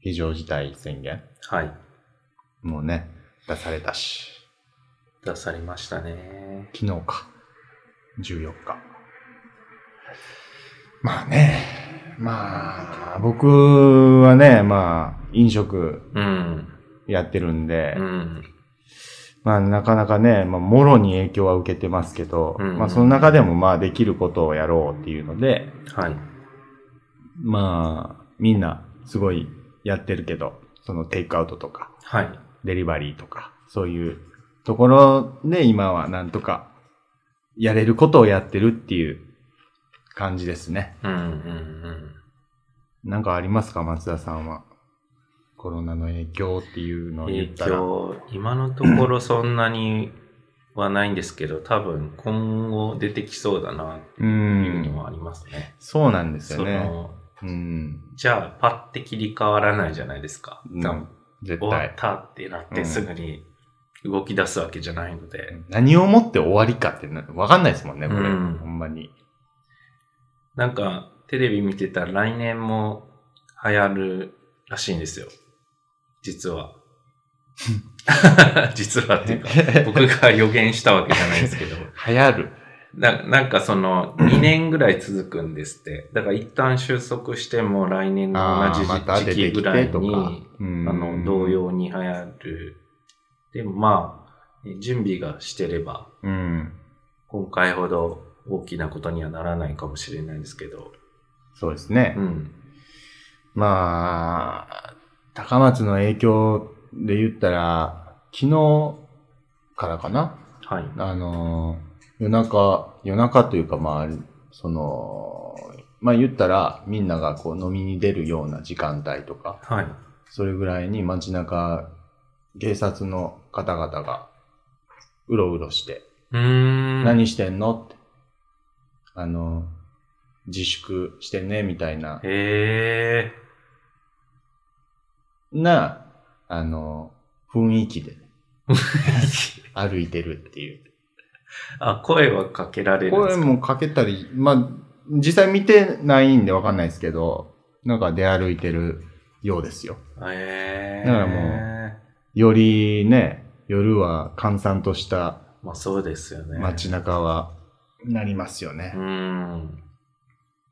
Speaker 1: 非常事態宣言
Speaker 2: はい。
Speaker 1: もね、出されたし、
Speaker 2: 出されましたね。
Speaker 1: 昨日か、14日。まあね、まあ、僕はね、まあ、飲食
Speaker 2: うん。
Speaker 1: やってるんで、
Speaker 2: うん。
Speaker 1: まあなかなかね、まあもろに影響は受けてますけど、
Speaker 2: うんうん
Speaker 1: まあその中でもまあできることをやろうっていうので、
Speaker 2: はい。
Speaker 1: まあ、みんなすごいやってるけど、そのテイクアウトとか、
Speaker 2: はい。
Speaker 1: デリバリーとか、そういうところで今はなんとかやれることをやってるっていう感じですね。
Speaker 2: うんうん
Speaker 1: なんかありますか松田さんは。コロナの影響っていう
Speaker 2: う
Speaker 1: の
Speaker 2: ん。
Speaker 1: を
Speaker 2: 影
Speaker 1: 言ったら。
Speaker 2: 響、今のところそんなにはないんですけど、多分今後出てきそうだなって
Speaker 1: う
Speaker 2: いうの
Speaker 1: ん。
Speaker 2: はありますね。
Speaker 1: そうなんです
Speaker 2: そ
Speaker 1: よね。
Speaker 2: の、
Speaker 1: うん。
Speaker 2: じゃあパッて切り替わらないじゃないですか。
Speaker 1: うん
Speaker 2: 多分
Speaker 1: 絶
Speaker 2: 終わ
Speaker 1: 対
Speaker 2: っ。たってなってすぐに動き出すわけじゃないので、
Speaker 1: 何をもって終わりかってなわかんないですもんね、これ。
Speaker 2: うん
Speaker 1: ほんまに。
Speaker 2: なんかテレビ見てたら来年も流行るらしいんですよ。実 は。実はっていうか、僕が予言したわけじゃないです けど。
Speaker 1: 流行る。
Speaker 2: ななんかその2年ぐらい続くんですって。だから一旦収束しても来年の同じ
Speaker 1: ーまた
Speaker 2: 時
Speaker 1: 出
Speaker 2: 期
Speaker 1: て
Speaker 2: ぐ
Speaker 1: き
Speaker 2: ら
Speaker 1: て
Speaker 2: い
Speaker 1: と
Speaker 2: に
Speaker 1: か、。うん
Speaker 2: あの、同。様に流行る。でもまあ、準備がしてれば
Speaker 1: うん。
Speaker 2: 今回ほど大きなことにはならないかもしれないですけど。
Speaker 1: そうですね。
Speaker 2: うん。
Speaker 1: まあ、高松の影響で言ったら、昨日からかな
Speaker 2: はい。
Speaker 1: あのー、夜中、夜中というかまあ、その、まあ言ったらみんながこう飲みに出るような時間帯とか、
Speaker 2: はい。
Speaker 1: それぐらいに街中、警察の方々が、うろうろして、
Speaker 2: うーん。
Speaker 1: 何してんのって、あの、自粛してね、みたいな、
Speaker 2: へえ。
Speaker 1: な、あの、雰囲気 で歩いてるっていう。
Speaker 2: あ、声はかけられるんで
Speaker 1: 声
Speaker 2: すか
Speaker 1: もかけたり、まあ、実際見てないんでわかんないですけど、なんか出歩いてるようですよ。
Speaker 2: へえ。
Speaker 1: だから
Speaker 2: も
Speaker 1: よりね、夜は閑散とした
Speaker 2: う。まあそうですよね。
Speaker 1: 街中はなりますよね
Speaker 2: う。ーん。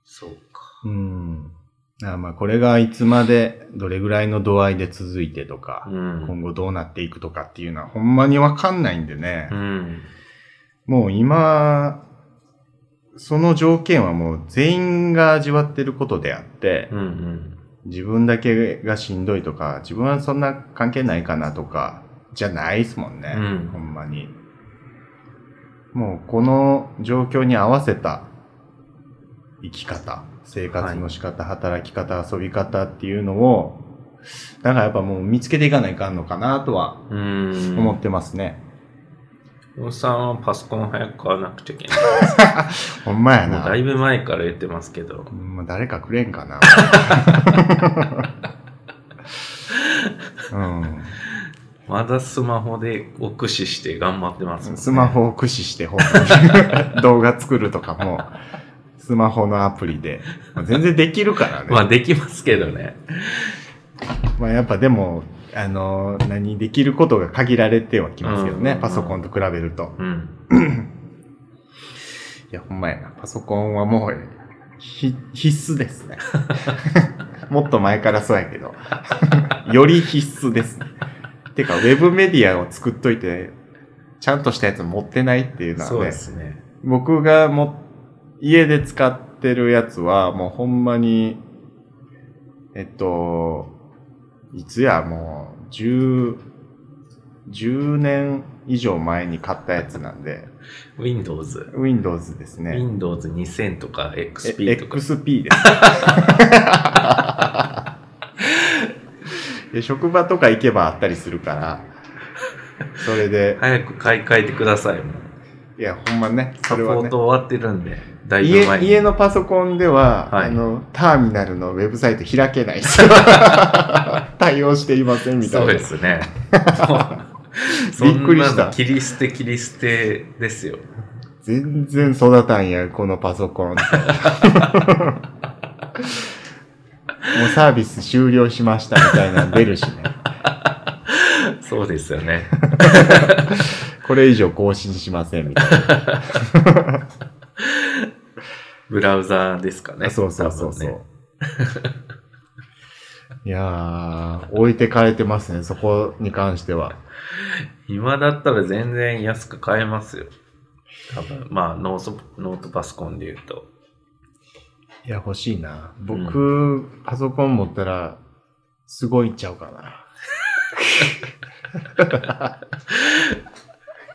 Speaker 2: そうか。
Speaker 1: うん。あまあ、これがいつまで、どれぐらいの度合いで続いてとか
Speaker 2: う、ん。
Speaker 1: 今後どうなっていくとかっていうのは、ほんまにわかんないんでね
Speaker 2: う、ん。
Speaker 1: もう今、その条件はもう全員が味わってることであって
Speaker 2: うんう、ん。
Speaker 1: 自分だけがしんどいとか、自分はそんな関係ないかなとか、じゃないですもんね、
Speaker 2: うん
Speaker 1: ほんまに。もうこの状況に合わせた生き方、生活の仕方、働き方、遊び方っていうのを、なんかやっぱもう見つけていかないかんのかなとは
Speaker 2: うん。
Speaker 1: 思ってますね。
Speaker 2: おっさんはパソコン早く買わなくちゃいけない。
Speaker 1: ほんまや
Speaker 2: もうだ
Speaker 1: な。
Speaker 2: いぶ前から言ってますけど。
Speaker 1: もう誰かくれんか な。うん
Speaker 2: まだスマホでを駆使して頑張ってますもんね。
Speaker 1: スマホを駆使して、ほんまに 動画作るとかも、スマホのアプリで。まあ全然できるからね。
Speaker 2: ま
Speaker 1: ま
Speaker 2: あできますけどね。
Speaker 1: あ、やっぱでも、あの、何、できることが限られてはきますけど
Speaker 2: うんうんう
Speaker 1: ね
Speaker 2: ん。
Speaker 1: パソコンと比べると。
Speaker 2: うん。
Speaker 1: いや、ほんまやな。パソコンはもう、ひ必須です ね。もっと前からそうやけど。 より必須ですね。てか、ウェブメディアを作っといて、ちゃんとしたやつ持ってないっていうのはね。
Speaker 2: そうですね。
Speaker 1: 僕がも家で使ってるやつはもうほんまにえっと、いつや、もう、10、10年以上前に買ったやつなんで、
Speaker 2: Windows。
Speaker 1: Windows ですね。
Speaker 2: Windows 2000とか
Speaker 1: え
Speaker 2: XP とか。
Speaker 1: XP です。で職場とか行けばあったりするから、それで、
Speaker 2: 早く買い替えてください。
Speaker 1: いや、ほんまね、そ
Speaker 2: サポ
Speaker 1: れはね
Speaker 2: ー。ト終わってるんで、だいぶ前
Speaker 1: 家
Speaker 2: に。
Speaker 1: 家のパソコンでは、
Speaker 2: はい
Speaker 1: あのターミナルのウェブサイト開けないで す対応していませんみた
Speaker 2: そ
Speaker 1: いうな
Speaker 2: です ね。
Speaker 1: びっくりし
Speaker 2: そんなの
Speaker 1: た
Speaker 2: 切り捨て切り捨てですよ。
Speaker 1: 全然育たんやこのパソ コンもうサービス終了しましたみたいなの出るしね
Speaker 2: そうですよね。
Speaker 1: これ以上更新しませんみたいな、
Speaker 2: ブラウザーですかね。
Speaker 1: そうそうそうそう、
Speaker 2: 多分ね
Speaker 1: いやー置いてかれてますねそこに関しては
Speaker 2: 今だったら全然安く買えますよ。多分まあノート、ノートパソコンで言うと。
Speaker 1: いや、欲しいな。僕、パソコン持ったら、すごいっちゃうかな。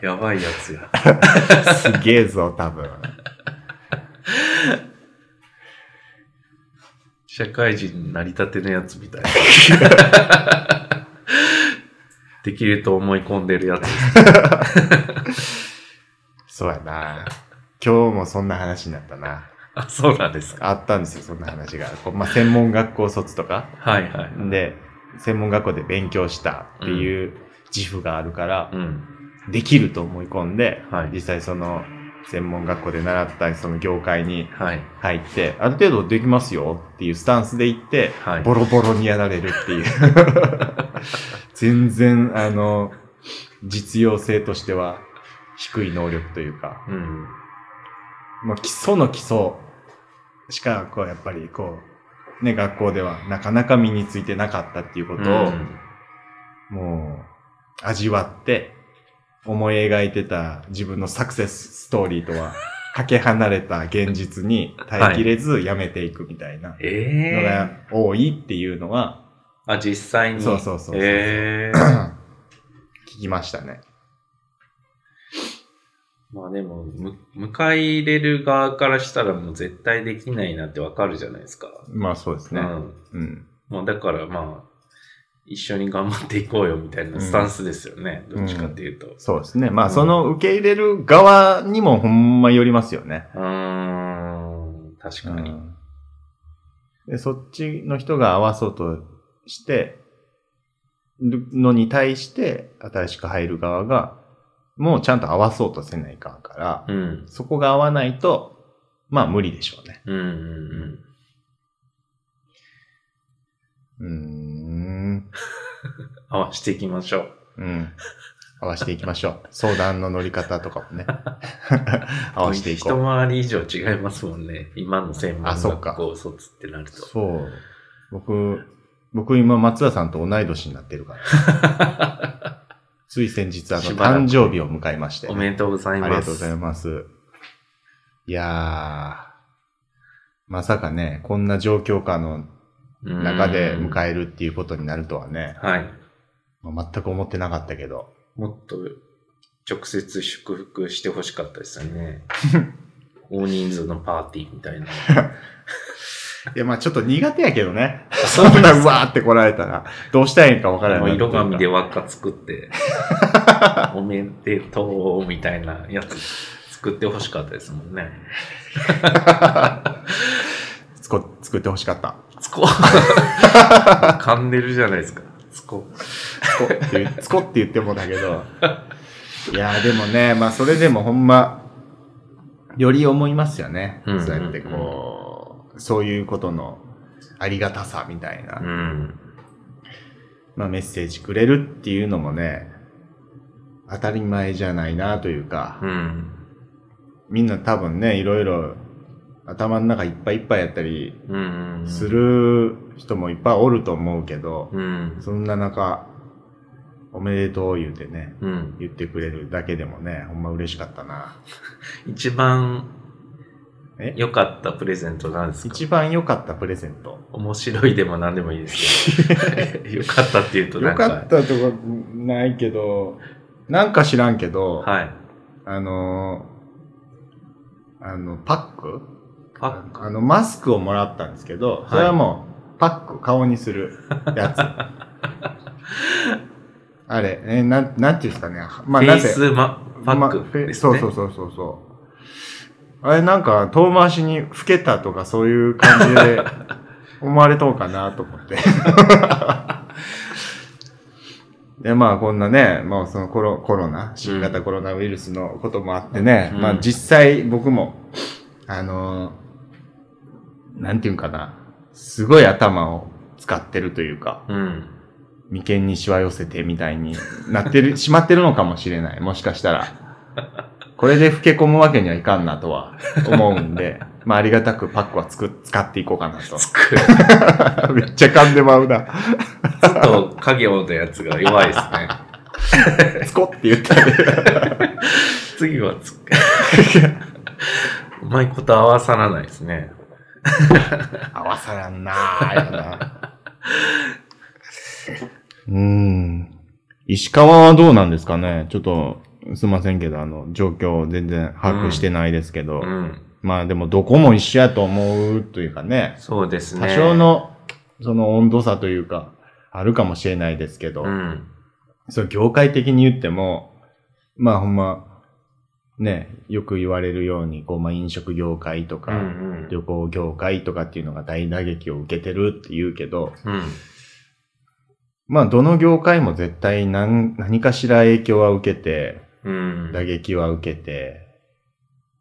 Speaker 2: やばいやつや。
Speaker 1: すげえぞ、多分。
Speaker 2: 社会人になりたてのやつ みたいな。できると思い込んで るやつ。
Speaker 1: そうやな。今日もそんな話になったな。
Speaker 2: あ、そうなんですか。
Speaker 1: あったんですよ、そんな話が。こうまあ、専門学校卒とか。
Speaker 2: はいはい。
Speaker 1: で、専門学校で勉強したっていう自負があるから、
Speaker 2: うん。
Speaker 1: できると思い込んで、
Speaker 2: はい
Speaker 1: 実際その、専門学校で習ったその業界に
Speaker 2: はい。
Speaker 1: 入って、ある程度できますよっていうスタンスで行って、
Speaker 2: はい
Speaker 1: ボロボロにやられるっていう。全然、あの、実用性としては低い能力というか、
Speaker 2: うん。
Speaker 1: もう基礎の基礎しか、こう、やっぱりこう、ね、学校ではなかなか身についてなかったっていうことを、
Speaker 2: うん
Speaker 1: もう、味わって、思い描いてた自分のサクセスストーリーと は、かけ離れた現実に耐えきれずやめていくみたいな。のが
Speaker 2: ええ
Speaker 1: 多いっていうのは
Speaker 2: あ、実際に。
Speaker 1: そうそうそうそう
Speaker 2: ええ
Speaker 1: 聞きましたね。
Speaker 2: まあでも、む、迎え入れる側からしたらもう絶対できないなってわかるじゃないですか。
Speaker 1: まあそうです
Speaker 2: う
Speaker 1: ね。
Speaker 2: ん。
Speaker 1: うん。
Speaker 2: もうだからまあ、一緒に頑張っていこうよみたいなスタンスですよね。
Speaker 1: うん
Speaker 2: どっちかっていうと。
Speaker 1: そうですね。ま
Speaker 2: う
Speaker 1: あ
Speaker 2: ん
Speaker 1: その受け入れる側にもほんまよりますよね。
Speaker 2: うーん、確かに。
Speaker 1: でそっちの人が合わそうとして、るのに対して新しく入る側が、もうちゃんと合わそうとせないかんから、
Speaker 2: うん。
Speaker 1: そこが合わないと、まあ無理でしょうね。
Speaker 2: うんうん
Speaker 1: うーん。
Speaker 2: うん。合わしていきましょう。
Speaker 1: うん。合わせていきましょう。相談の乗り方とかもね。合わせていこう
Speaker 2: 一。回り以上違いますもんね。今の専門
Speaker 1: あそっか
Speaker 2: 学校卒ってなると。
Speaker 1: そう。僕、僕今松田さんと同い年になってるから。 つい先日、あの、
Speaker 2: しばらく
Speaker 1: 誕生日を迎えまして、
Speaker 2: おめでとうございま
Speaker 1: あ
Speaker 2: す。
Speaker 1: りがとうございます。いやー、まさかね、こんな状況下の
Speaker 2: うん
Speaker 1: 中で迎えるっていうことになるとはね、
Speaker 2: はい。
Speaker 1: まあ全く思ってなかったけど。
Speaker 2: もっと直接祝福してほしかったですよ ね。大人数のパーティーみたいな。
Speaker 1: いや、まあちょっと苦手やけどね。
Speaker 2: そ
Speaker 1: そん な、うわーって来られたら、どうしたらいいんかわからない。
Speaker 2: 色紙で輪っか作って、 おめでとうみたいなやつ作ってほしかったですもんね。
Speaker 1: つこ作ってほしかった。
Speaker 2: つこ噛んでるじゃないですか。つこ。
Speaker 1: つこって言う、つこって言ってもだけど。いやーでもね、まあそれでもほんま、より思いますよね。
Speaker 2: うんうんうん
Speaker 1: そうやってこう、そういうことのありがたさみたいな、
Speaker 2: うん。
Speaker 1: まあメッセージくれるっていうのもね、当たり前じゃないなというか、
Speaker 2: うん。
Speaker 1: みんな多分ね、いろいろ頭の中いっぱいいっぱいやったり
Speaker 2: うん。
Speaker 1: す。る人もいっぱいおると思うけど、
Speaker 2: うん。
Speaker 1: そんな中、おめでとう言うてね、
Speaker 2: うん。
Speaker 1: 言ってくれるだけでもね、ほんま嬉しかったな。
Speaker 2: 一番
Speaker 1: え
Speaker 2: 良かったプレゼントなんですか
Speaker 1: 一番良かったプレゼント。
Speaker 2: 面白いでも何でもいいですけ ど。良かったっていうとな
Speaker 1: 良
Speaker 2: んか。
Speaker 1: かったとかないけど、なんか知らんけど、
Speaker 2: はい。
Speaker 1: あのー、あの、パック
Speaker 2: パック。
Speaker 1: あの、マスクをもらったんですけど、それはもう、パック、顔にするや つ。あれ、えーなん、なんていうんですかね。まあ、
Speaker 2: フェ
Speaker 1: な
Speaker 2: イ
Speaker 1: ぜ、
Speaker 2: スマパ
Speaker 1: まあ
Speaker 2: ッ
Speaker 1: フ
Speaker 2: ク
Speaker 1: ェ
Speaker 2: です
Speaker 1: そ
Speaker 2: ね。
Speaker 1: うそうそうそうそう。あれ、なんか、遠回しに老けたとかそういう感じ で思われとうかなと思って。 で、まあ、こんなね、まあ、そのコロコロナ、新型コロナウイルスのこともあってね、
Speaker 2: うん
Speaker 1: まあ、実際僕も、あのーなんていうんかな、すごい頭を使ってるというか、
Speaker 2: うん。
Speaker 1: 眉間にしわ寄せてみたいになってる、 しまってるのかもしれない。もしかしたら。これで老け込むわけにはいかんなとは思うんで、まあありがたくパックはつく使っていこうかなと。
Speaker 2: つく。
Speaker 1: めっちゃ噛んでまうな。
Speaker 2: ちょっと影のやつが弱いです ね。
Speaker 1: つこって言ったね。
Speaker 2: 次はつ く。うまいこと合わさらないですね。
Speaker 1: 合わさらんなぁ、やな。うーん。石川はどうなんですかねちょっと、すいませんけど、あの、状況全然把握してないですけど、
Speaker 2: うん。
Speaker 1: まあでもどこも一緒やと思うというかね。
Speaker 2: そうですね。
Speaker 1: 多少。の、その温度差というか、あるかもしれないですけど、
Speaker 2: うん。
Speaker 1: そう、業界的に言っても、まあほんま、ね、よく言われるように、こう、まあ飲食業界と
Speaker 2: う
Speaker 1: か、
Speaker 2: んうん。
Speaker 1: 旅行業界とかっていうのが大打撃を受けてるって言うけど、
Speaker 2: うん。
Speaker 1: まあどの業界も絶対何何かしら影響は受けて、
Speaker 2: うん。
Speaker 1: 打撃は受けて、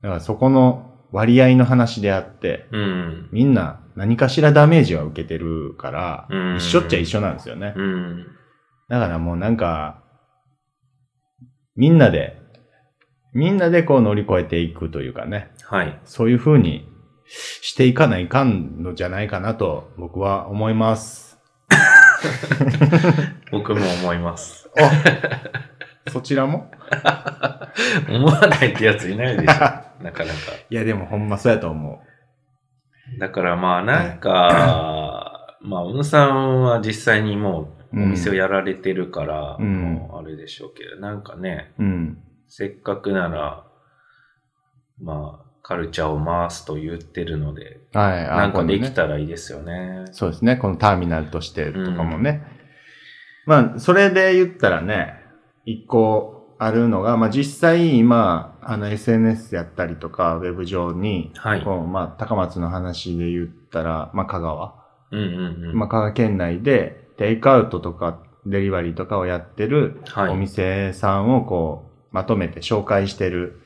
Speaker 1: だからそこの割合の話であって、
Speaker 2: うん。
Speaker 1: みんな何かしらダメージは受けてるから、
Speaker 2: うん
Speaker 1: 一緒っちゃ一緒なんですよね。
Speaker 2: うん。
Speaker 1: だからもうなんか、みんなで、みんなでこう乗り越えていくというかね、
Speaker 2: はい。
Speaker 1: そういう風にしていかないかんのじゃないかなと僕は思います。
Speaker 2: 僕も思います。
Speaker 1: そちらも
Speaker 2: 思わないってやつい ないでしょ。なかなか。
Speaker 1: いやでもほんまそうやと思
Speaker 2: だからまあな んか、まあ小野さんは実際にもうお店をやられてるから、
Speaker 1: うん
Speaker 2: もうあれでしょうけど、なんかね、
Speaker 1: う。うん。
Speaker 2: せっかくなら、まあ、カルチャーを回すと言ってるので、
Speaker 1: はい。あ
Speaker 2: なん
Speaker 1: こ
Speaker 2: か
Speaker 1: のね
Speaker 2: できたらいいですよね。
Speaker 1: そうですね。このターミナルとしてとかもね。まあ、それで言ったらね、一個あるのが、まあ実際今、あの SNS やったりとか、ウェブ上に、
Speaker 2: はい。
Speaker 1: こうまあ高松の話で言ったら、まあ香川、
Speaker 2: うんうんうん。
Speaker 1: まあ香川県内でテイクアウトとかデリバリーとかをやってる
Speaker 2: はい。
Speaker 1: お店さんをこうまとめて紹介してる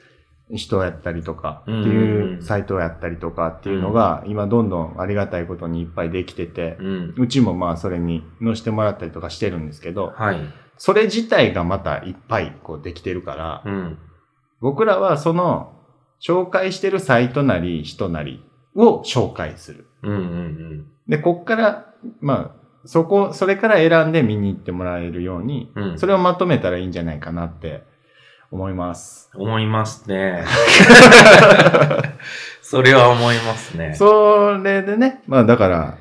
Speaker 1: 人やったりとかって
Speaker 2: うんうん
Speaker 1: いううんサイトをやったりとかっていうのが今どんどんありがたいことにいっぱいできてて、
Speaker 2: うん。
Speaker 1: うちもまあそれに乗せてもらったりとかしてるんですけど、
Speaker 2: はい。
Speaker 1: それ自体がまたいっぱいこうできてるから、
Speaker 2: うん。
Speaker 1: 僕らはその紹介してるサイトなり人なりを紹介する。
Speaker 2: うんうん
Speaker 1: で、こっから、まあ、そこ、それから選んで見に行ってもらえるように、
Speaker 2: うん。うん。
Speaker 1: それをまとめたらいいんじゃないかなって思います。
Speaker 2: 思いま すね。それは思いますね。
Speaker 1: それでね、まあだから、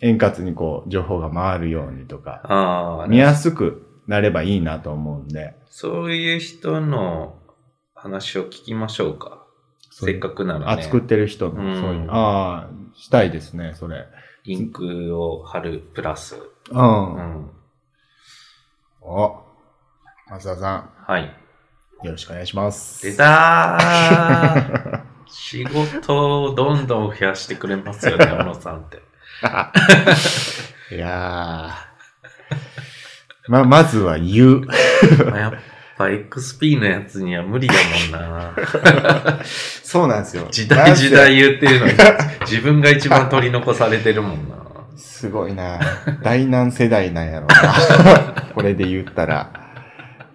Speaker 1: 円滑にこう、情報が回るようにとか、
Speaker 2: ああ、
Speaker 1: 見やすくなればいいなと思うんで。
Speaker 2: そういう人の話を聞きましょうか。
Speaker 1: そう
Speaker 2: せっかくなら
Speaker 1: あ、
Speaker 2: ね。
Speaker 1: 作ってる人の、
Speaker 2: うん
Speaker 1: そういう。ああ、したいですね、それ。
Speaker 2: リンクを貼るプラス。
Speaker 1: うん。
Speaker 2: うん。
Speaker 1: お、松田さ
Speaker 2: はい。
Speaker 1: ん、よろしくお願いします。
Speaker 2: 出た ー仕事をどんどん増やしてくれますよね、小野さん って。
Speaker 1: いやー。ま、まずは言う。
Speaker 2: まあやっぱ XP のやつには無理だもんな。
Speaker 1: そうなん ですよ。
Speaker 2: 時代時
Speaker 1: なん
Speaker 2: 代言って るのに、自分が一番取り残されてるもんな。
Speaker 1: せ。すごいな大難世代なんやろ な。これで言ったら。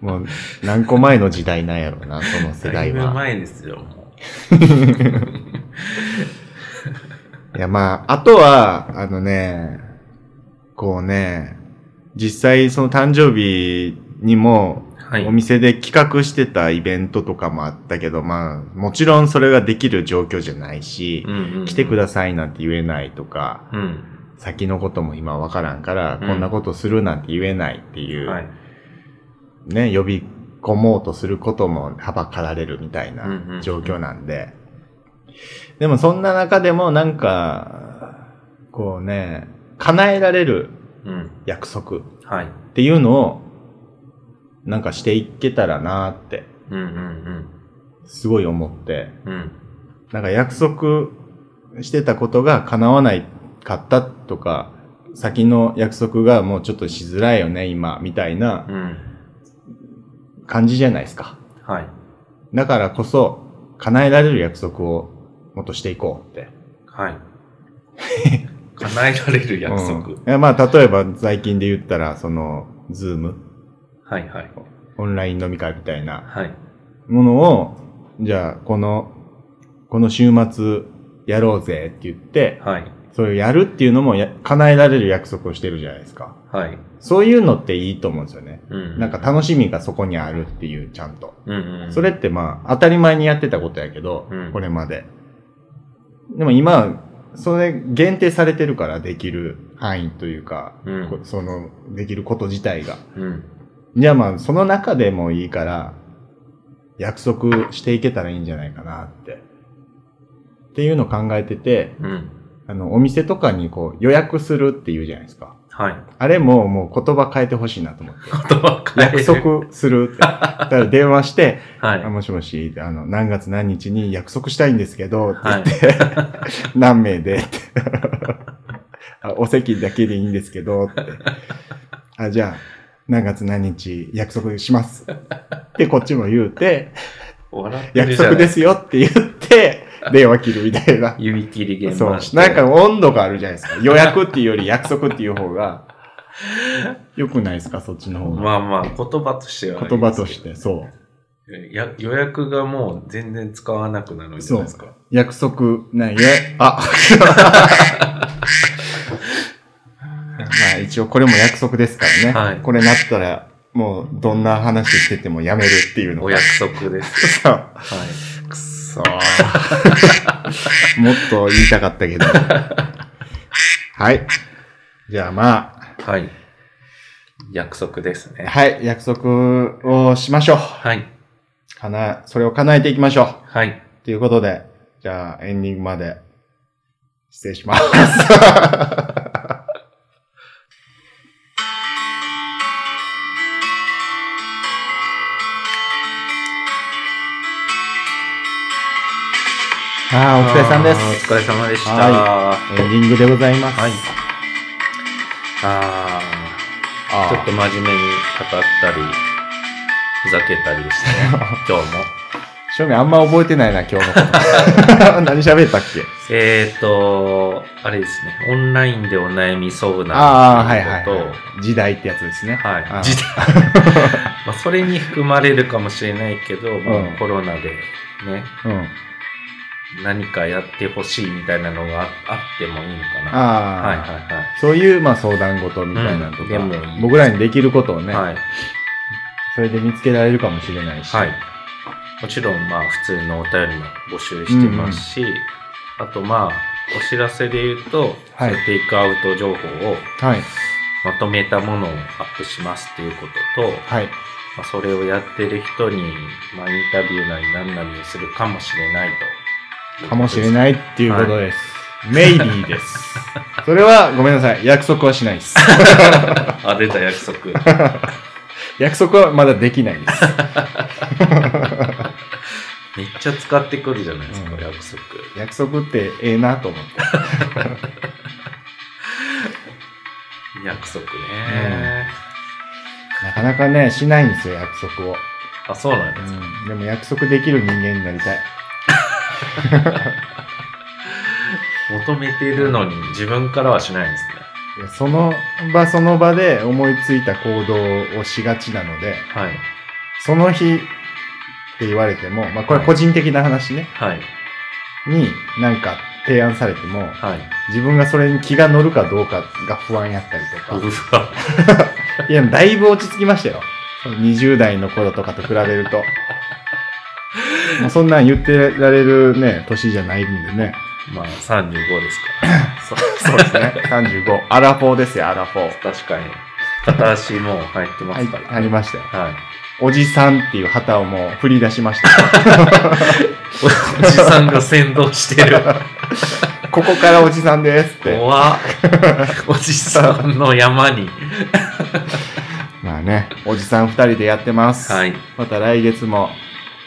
Speaker 1: もう、何個前の時代なんやろな、その世
Speaker 2: だい
Speaker 1: 代
Speaker 2: ぶ
Speaker 1: は。
Speaker 2: 前ですよ、も
Speaker 1: いや、まあ、あとは、あのね、こうね、実際その誕生日にも、
Speaker 2: う。はい
Speaker 1: お。店で企画してたイベントとかもあったけど、まあ、もちろんそれができる状況じゃないし、来てくだ
Speaker 2: さ
Speaker 1: さいなんて言えないとか、
Speaker 2: い。うん。
Speaker 1: 先のことも今わからんから、
Speaker 2: うん
Speaker 1: こんなことするなんて言えないっていう、
Speaker 2: はい。
Speaker 1: ね、呼び込もうとすることもはばかられるみたい
Speaker 2: うんうんう
Speaker 1: なん状況なんで、でもそんな中でもなんか、こうね、叶えられる
Speaker 2: うん。
Speaker 1: 約束っ
Speaker 2: はい。
Speaker 1: ていうのを、なんかしていけたらなーって、
Speaker 2: うんうん
Speaker 1: すごい思って、
Speaker 2: うん。うん。
Speaker 1: なんか約束してたことが叶わないかったとか、先の約束がもうちょっとしづらいよね、今、みたいな
Speaker 2: うん。
Speaker 1: 感じじゃないですか。
Speaker 2: はい。
Speaker 1: だからこそ、叶えられる約束をもっとしていこうって。
Speaker 2: はい。叶えられる約束。
Speaker 1: うんえまあ、例えば最近で言ったら、その、ズーム、
Speaker 2: はいはい。
Speaker 1: オンライン飲み会みたいな
Speaker 2: はい。
Speaker 1: ものを、じゃあ、この、この週末、やろうぜって言って、
Speaker 2: はい。
Speaker 1: それをやるっていうのもや叶えられる約束をしてるじゃないですか。
Speaker 2: はい。
Speaker 1: そういうのっていいと思うんですよね。
Speaker 2: うん。
Speaker 1: なんか、楽しみがそこにあるっていう、ちゃんと。
Speaker 2: うんうん。
Speaker 1: それってまあ、当たり前にやってたことやけど、
Speaker 2: うん
Speaker 1: これまで。でも今、それ限定されてるから、できる範囲というか、
Speaker 2: うん
Speaker 1: こその、できること自体が。
Speaker 2: うん。
Speaker 1: じゃあまあ、その中でもいいから、約束していけたらいいんじゃないかなって。っていうのを考えてて、
Speaker 2: うん。
Speaker 1: あの、お店とかにこう、予約するっていうじゃないですか。
Speaker 2: はい。
Speaker 1: あれももう言葉変えてほしいなと思 って。
Speaker 2: 言葉変える
Speaker 1: 約。束するっ て。だから電話して、
Speaker 2: はい
Speaker 1: あ。もしもし、あの、何月何日に約束したいんですけど、って
Speaker 2: はい。
Speaker 1: 何名でって あお席だけでいいんですけど、 って。あ、じゃあ、何月何日約束します。ってこっちも言うて、
Speaker 2: 笑ってる
Speaker 1: 約
Speaker 2: じゃ
Speaker 1: 束
Speaker 2: ない
Speaker 1: ですよって言って、電話切るみたいな。
Speaker 2: 指切り現
Speaker 1: そ
Speaker 2: 場
Speaker 1: う。なんか温度があるじゃない ですか。予約っていうより約束っていう方が、良くないですか、そっちの方が。
Speaker 2: まあまあ、言葉としては、。
Speaker 1: 言葉としてて、そう。
Speaker 2: や予約がもう全然使わなくなるんじゃないですか。
Speaker 1: 約束、ないよ。あ まあ一応これも約束ですからね。
Speaker 2: はい
Speaker 1: これなったら、もうどんな話しててもやめるっていうの
Speaker 2: お
Speaker 1: が。
Speaker 2: 約束 です。
Speaker 1: そう
Speaker 2: はい。
Speaker 1: くそー。 もっと言いたかったけど。はい。じゃあま
Speaker 2: はい。約束です
Speaker 1: あ、
Speaker 2: ね。
Speaker 1: はい、約束をしましょう。
Speaker 2: はい。
Speaker 1: かな、それを叶えていきましょう。
Speaker 2: はい。
Speaker 1: ということで、じゃあエンディングまで 失礼します。ああ、お疲れさんです。
Speaker 2: あーお疲れ様でした。
Speaker 1: はエンディングでございます。
Speaker 2: はいあ
Speaker 1: あ
Speaker 2: あ、
Speaker 1: ー
Speaker 2: ちょっと真面目に語ったり、ふざけたりで すね。今日も。
Speaker 1: 正味あんま覚えてないな、今日 のこと 何喋ったっけ
Speaker 2: えーと、あれですね。オンラインでお悩み相談
Speaker 1: ああ、
Speaker 2: と
Speaker 1: はいはいいう
Speaker 2: ことを
Speaker 1: はい。時代ってやつですね。
Speaker 2: はい。
Speaker 1: あー
Speaker 2: 時代 まあそれに含まれるかもしれないけど、まあ
Speaker 1: うん
Speaker 2: コロナでね、
Speaker 1: うん。
Speaker 2: 何かやってほしいみたいなのがああってもいいのかな。
Speaker 1: ああ、
Speaker 2: はいはいはい。
Speaker 1: そういう、まあ、相談事みたいなのとか、
Speaker 2: うんでも
Speaker 1: 僕らにできることをね、
Speaker 2: はい。
Speaker 1: それで見つけられるかもしれないし、
Speaker 2: はい。もちろん、まあ、普通のお便りも募集してますし、あと、まあ、お知らせで言うと、
Speaker 1: はい
Speaker 2: テイクアウト情報を
Speaker 1: はい、
Speaker 2: まとめたものをアップしますっていうことと、
Speaker 1: はい、
Speaker 2: まあ、それをやってる人に、まあ、インタビューなり何なりをするかもしれないと。
Speaker 1: かもしれ
Speaker 2: い。
Speaker 1: ないっていうことです。メイビー です。それは、ごめんなさい。約束はしないです。
Speaker 2: あ、出た約束。
Speaker 1: 約束はまだできないです。
Speaker 2: めっちゃ使ってくるじゃないですか、
Speaker 1: うん
Speaker 2: 約束。
Speaker 1: 約束ってええなと思って。
Speaker 2: 約束ね。
Speaker 1: なかなかね、しないんですよ、約束を。
Speaker 2: あ、そうなんですか。
Speaker 1: でも約束できる人間になりたい。
Speaker 2: 求めてるのに自分からはしないんですね。
Speaker 1: いやその場その場で思いついた行動をしがちなので、
Speaker 2: はい。
Speaker 1: その日って言われても、まあこれ個人的な話ね、
Speaker 2: はい。
Speaker 1: になんか提案されても、
Speaker 2: はい。
Speaker 1: 自分がそれに気が乗るかどうかが不安やったりと
Speaker 2: う
Speaker 1: か、
Speaker 2: わ。
Speaker 1: いや、だいぶ落ち着きましたよ。 20代の頃とかと比べる と。もうそんなん言ってられるね、年じゃないんでね。
Speaker 2: まあ35ですか
Speaker 1: そそうですね。35。アラフォーですよ、アラフォー。
Speaker 2: ら。確かに。片足もう入ってま
Speaker 1: はい
Speaker 2: すから。、
Speaker 1: ありましたよ。
Speaker 2: はい。
Speaker 1: おじさんっていう旗をもう振り出しました。
Speaker 2: おじさんが先導して る。
Speaker 1: ここからおじさんですって。
Speaker 2: 怖っおじさんの山に。
Speaker 1: まあね、おじさん2人でやってます。
Speaker 2: はい。
Speaker 1: また来月も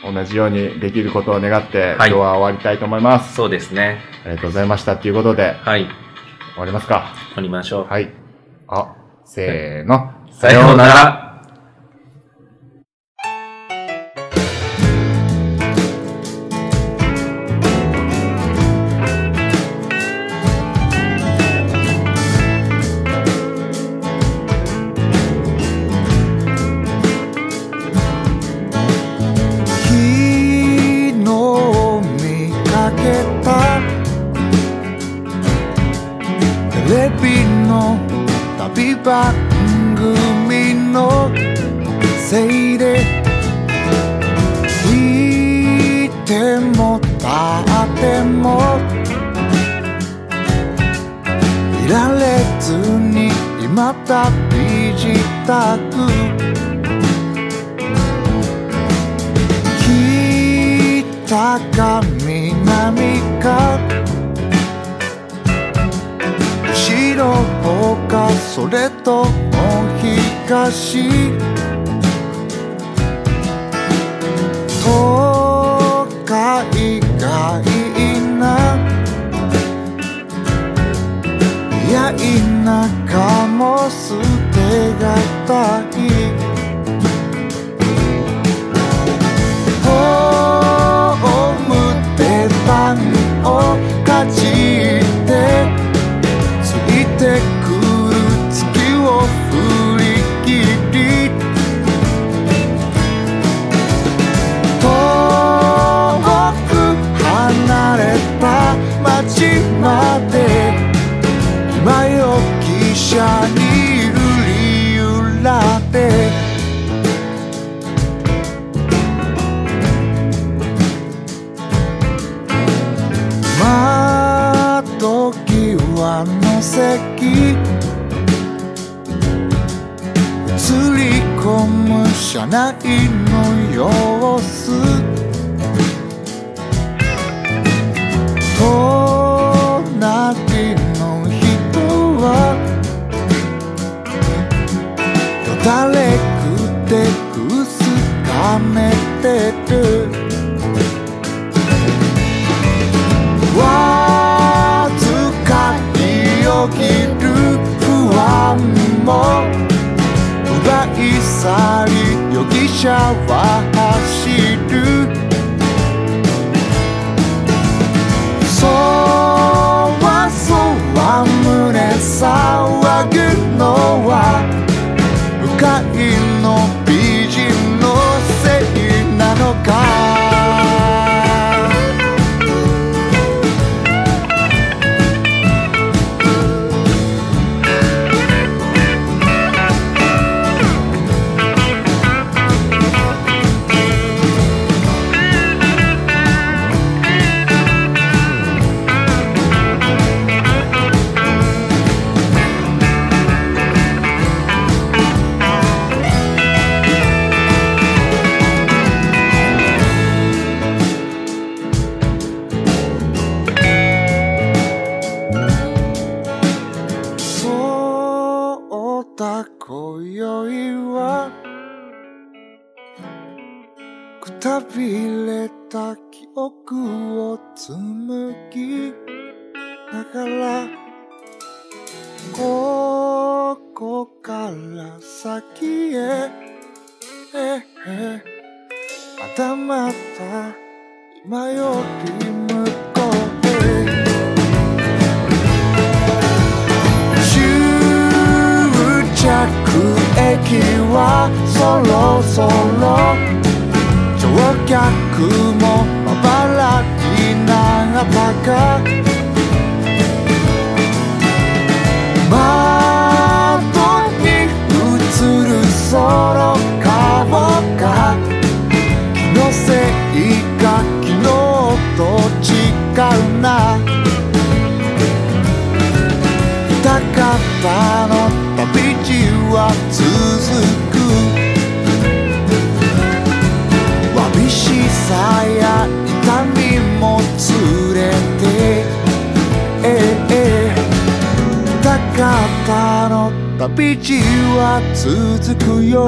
Speaker 1: 同じようにできることを願って、今
Speaker 2: はい
Speaker 1: 日は終わりたいと思います。
Speaker 2: そうですね。
Speaker 1: ありがとうございました。ということで、
Speaker 2: はい。
Speaker 1: 終わりますか。
Speaker 2: 撮りましょう。
Speaker 1: はい。あ、せーの。
Speaker 2: さような。ら。
Speaker 3: 昨日見かけたテレビの旅番組のせいでいてもたってもいられずに今旅自宅北か南か後ろかそれとも東都会がいいないや田舎も捨てがたいホームでパンをかじってついてくる月を振り切り遠く離れた街まで今よ汽車にいる理由らって窓際の席映り込む車内の様子隣の人はよだれくてくすかめてるわずかに起きる不安も奪い去り容疑者は走るそわそわ胸騒ぐのは向かいの美人のせいなのかそうだ今宵はくたびれた記憶を紡ぎながらここから先へええまたまた今より向こうへ終着駅はそろそろ乗客もまばらになったか窓に映るその影道は続くよ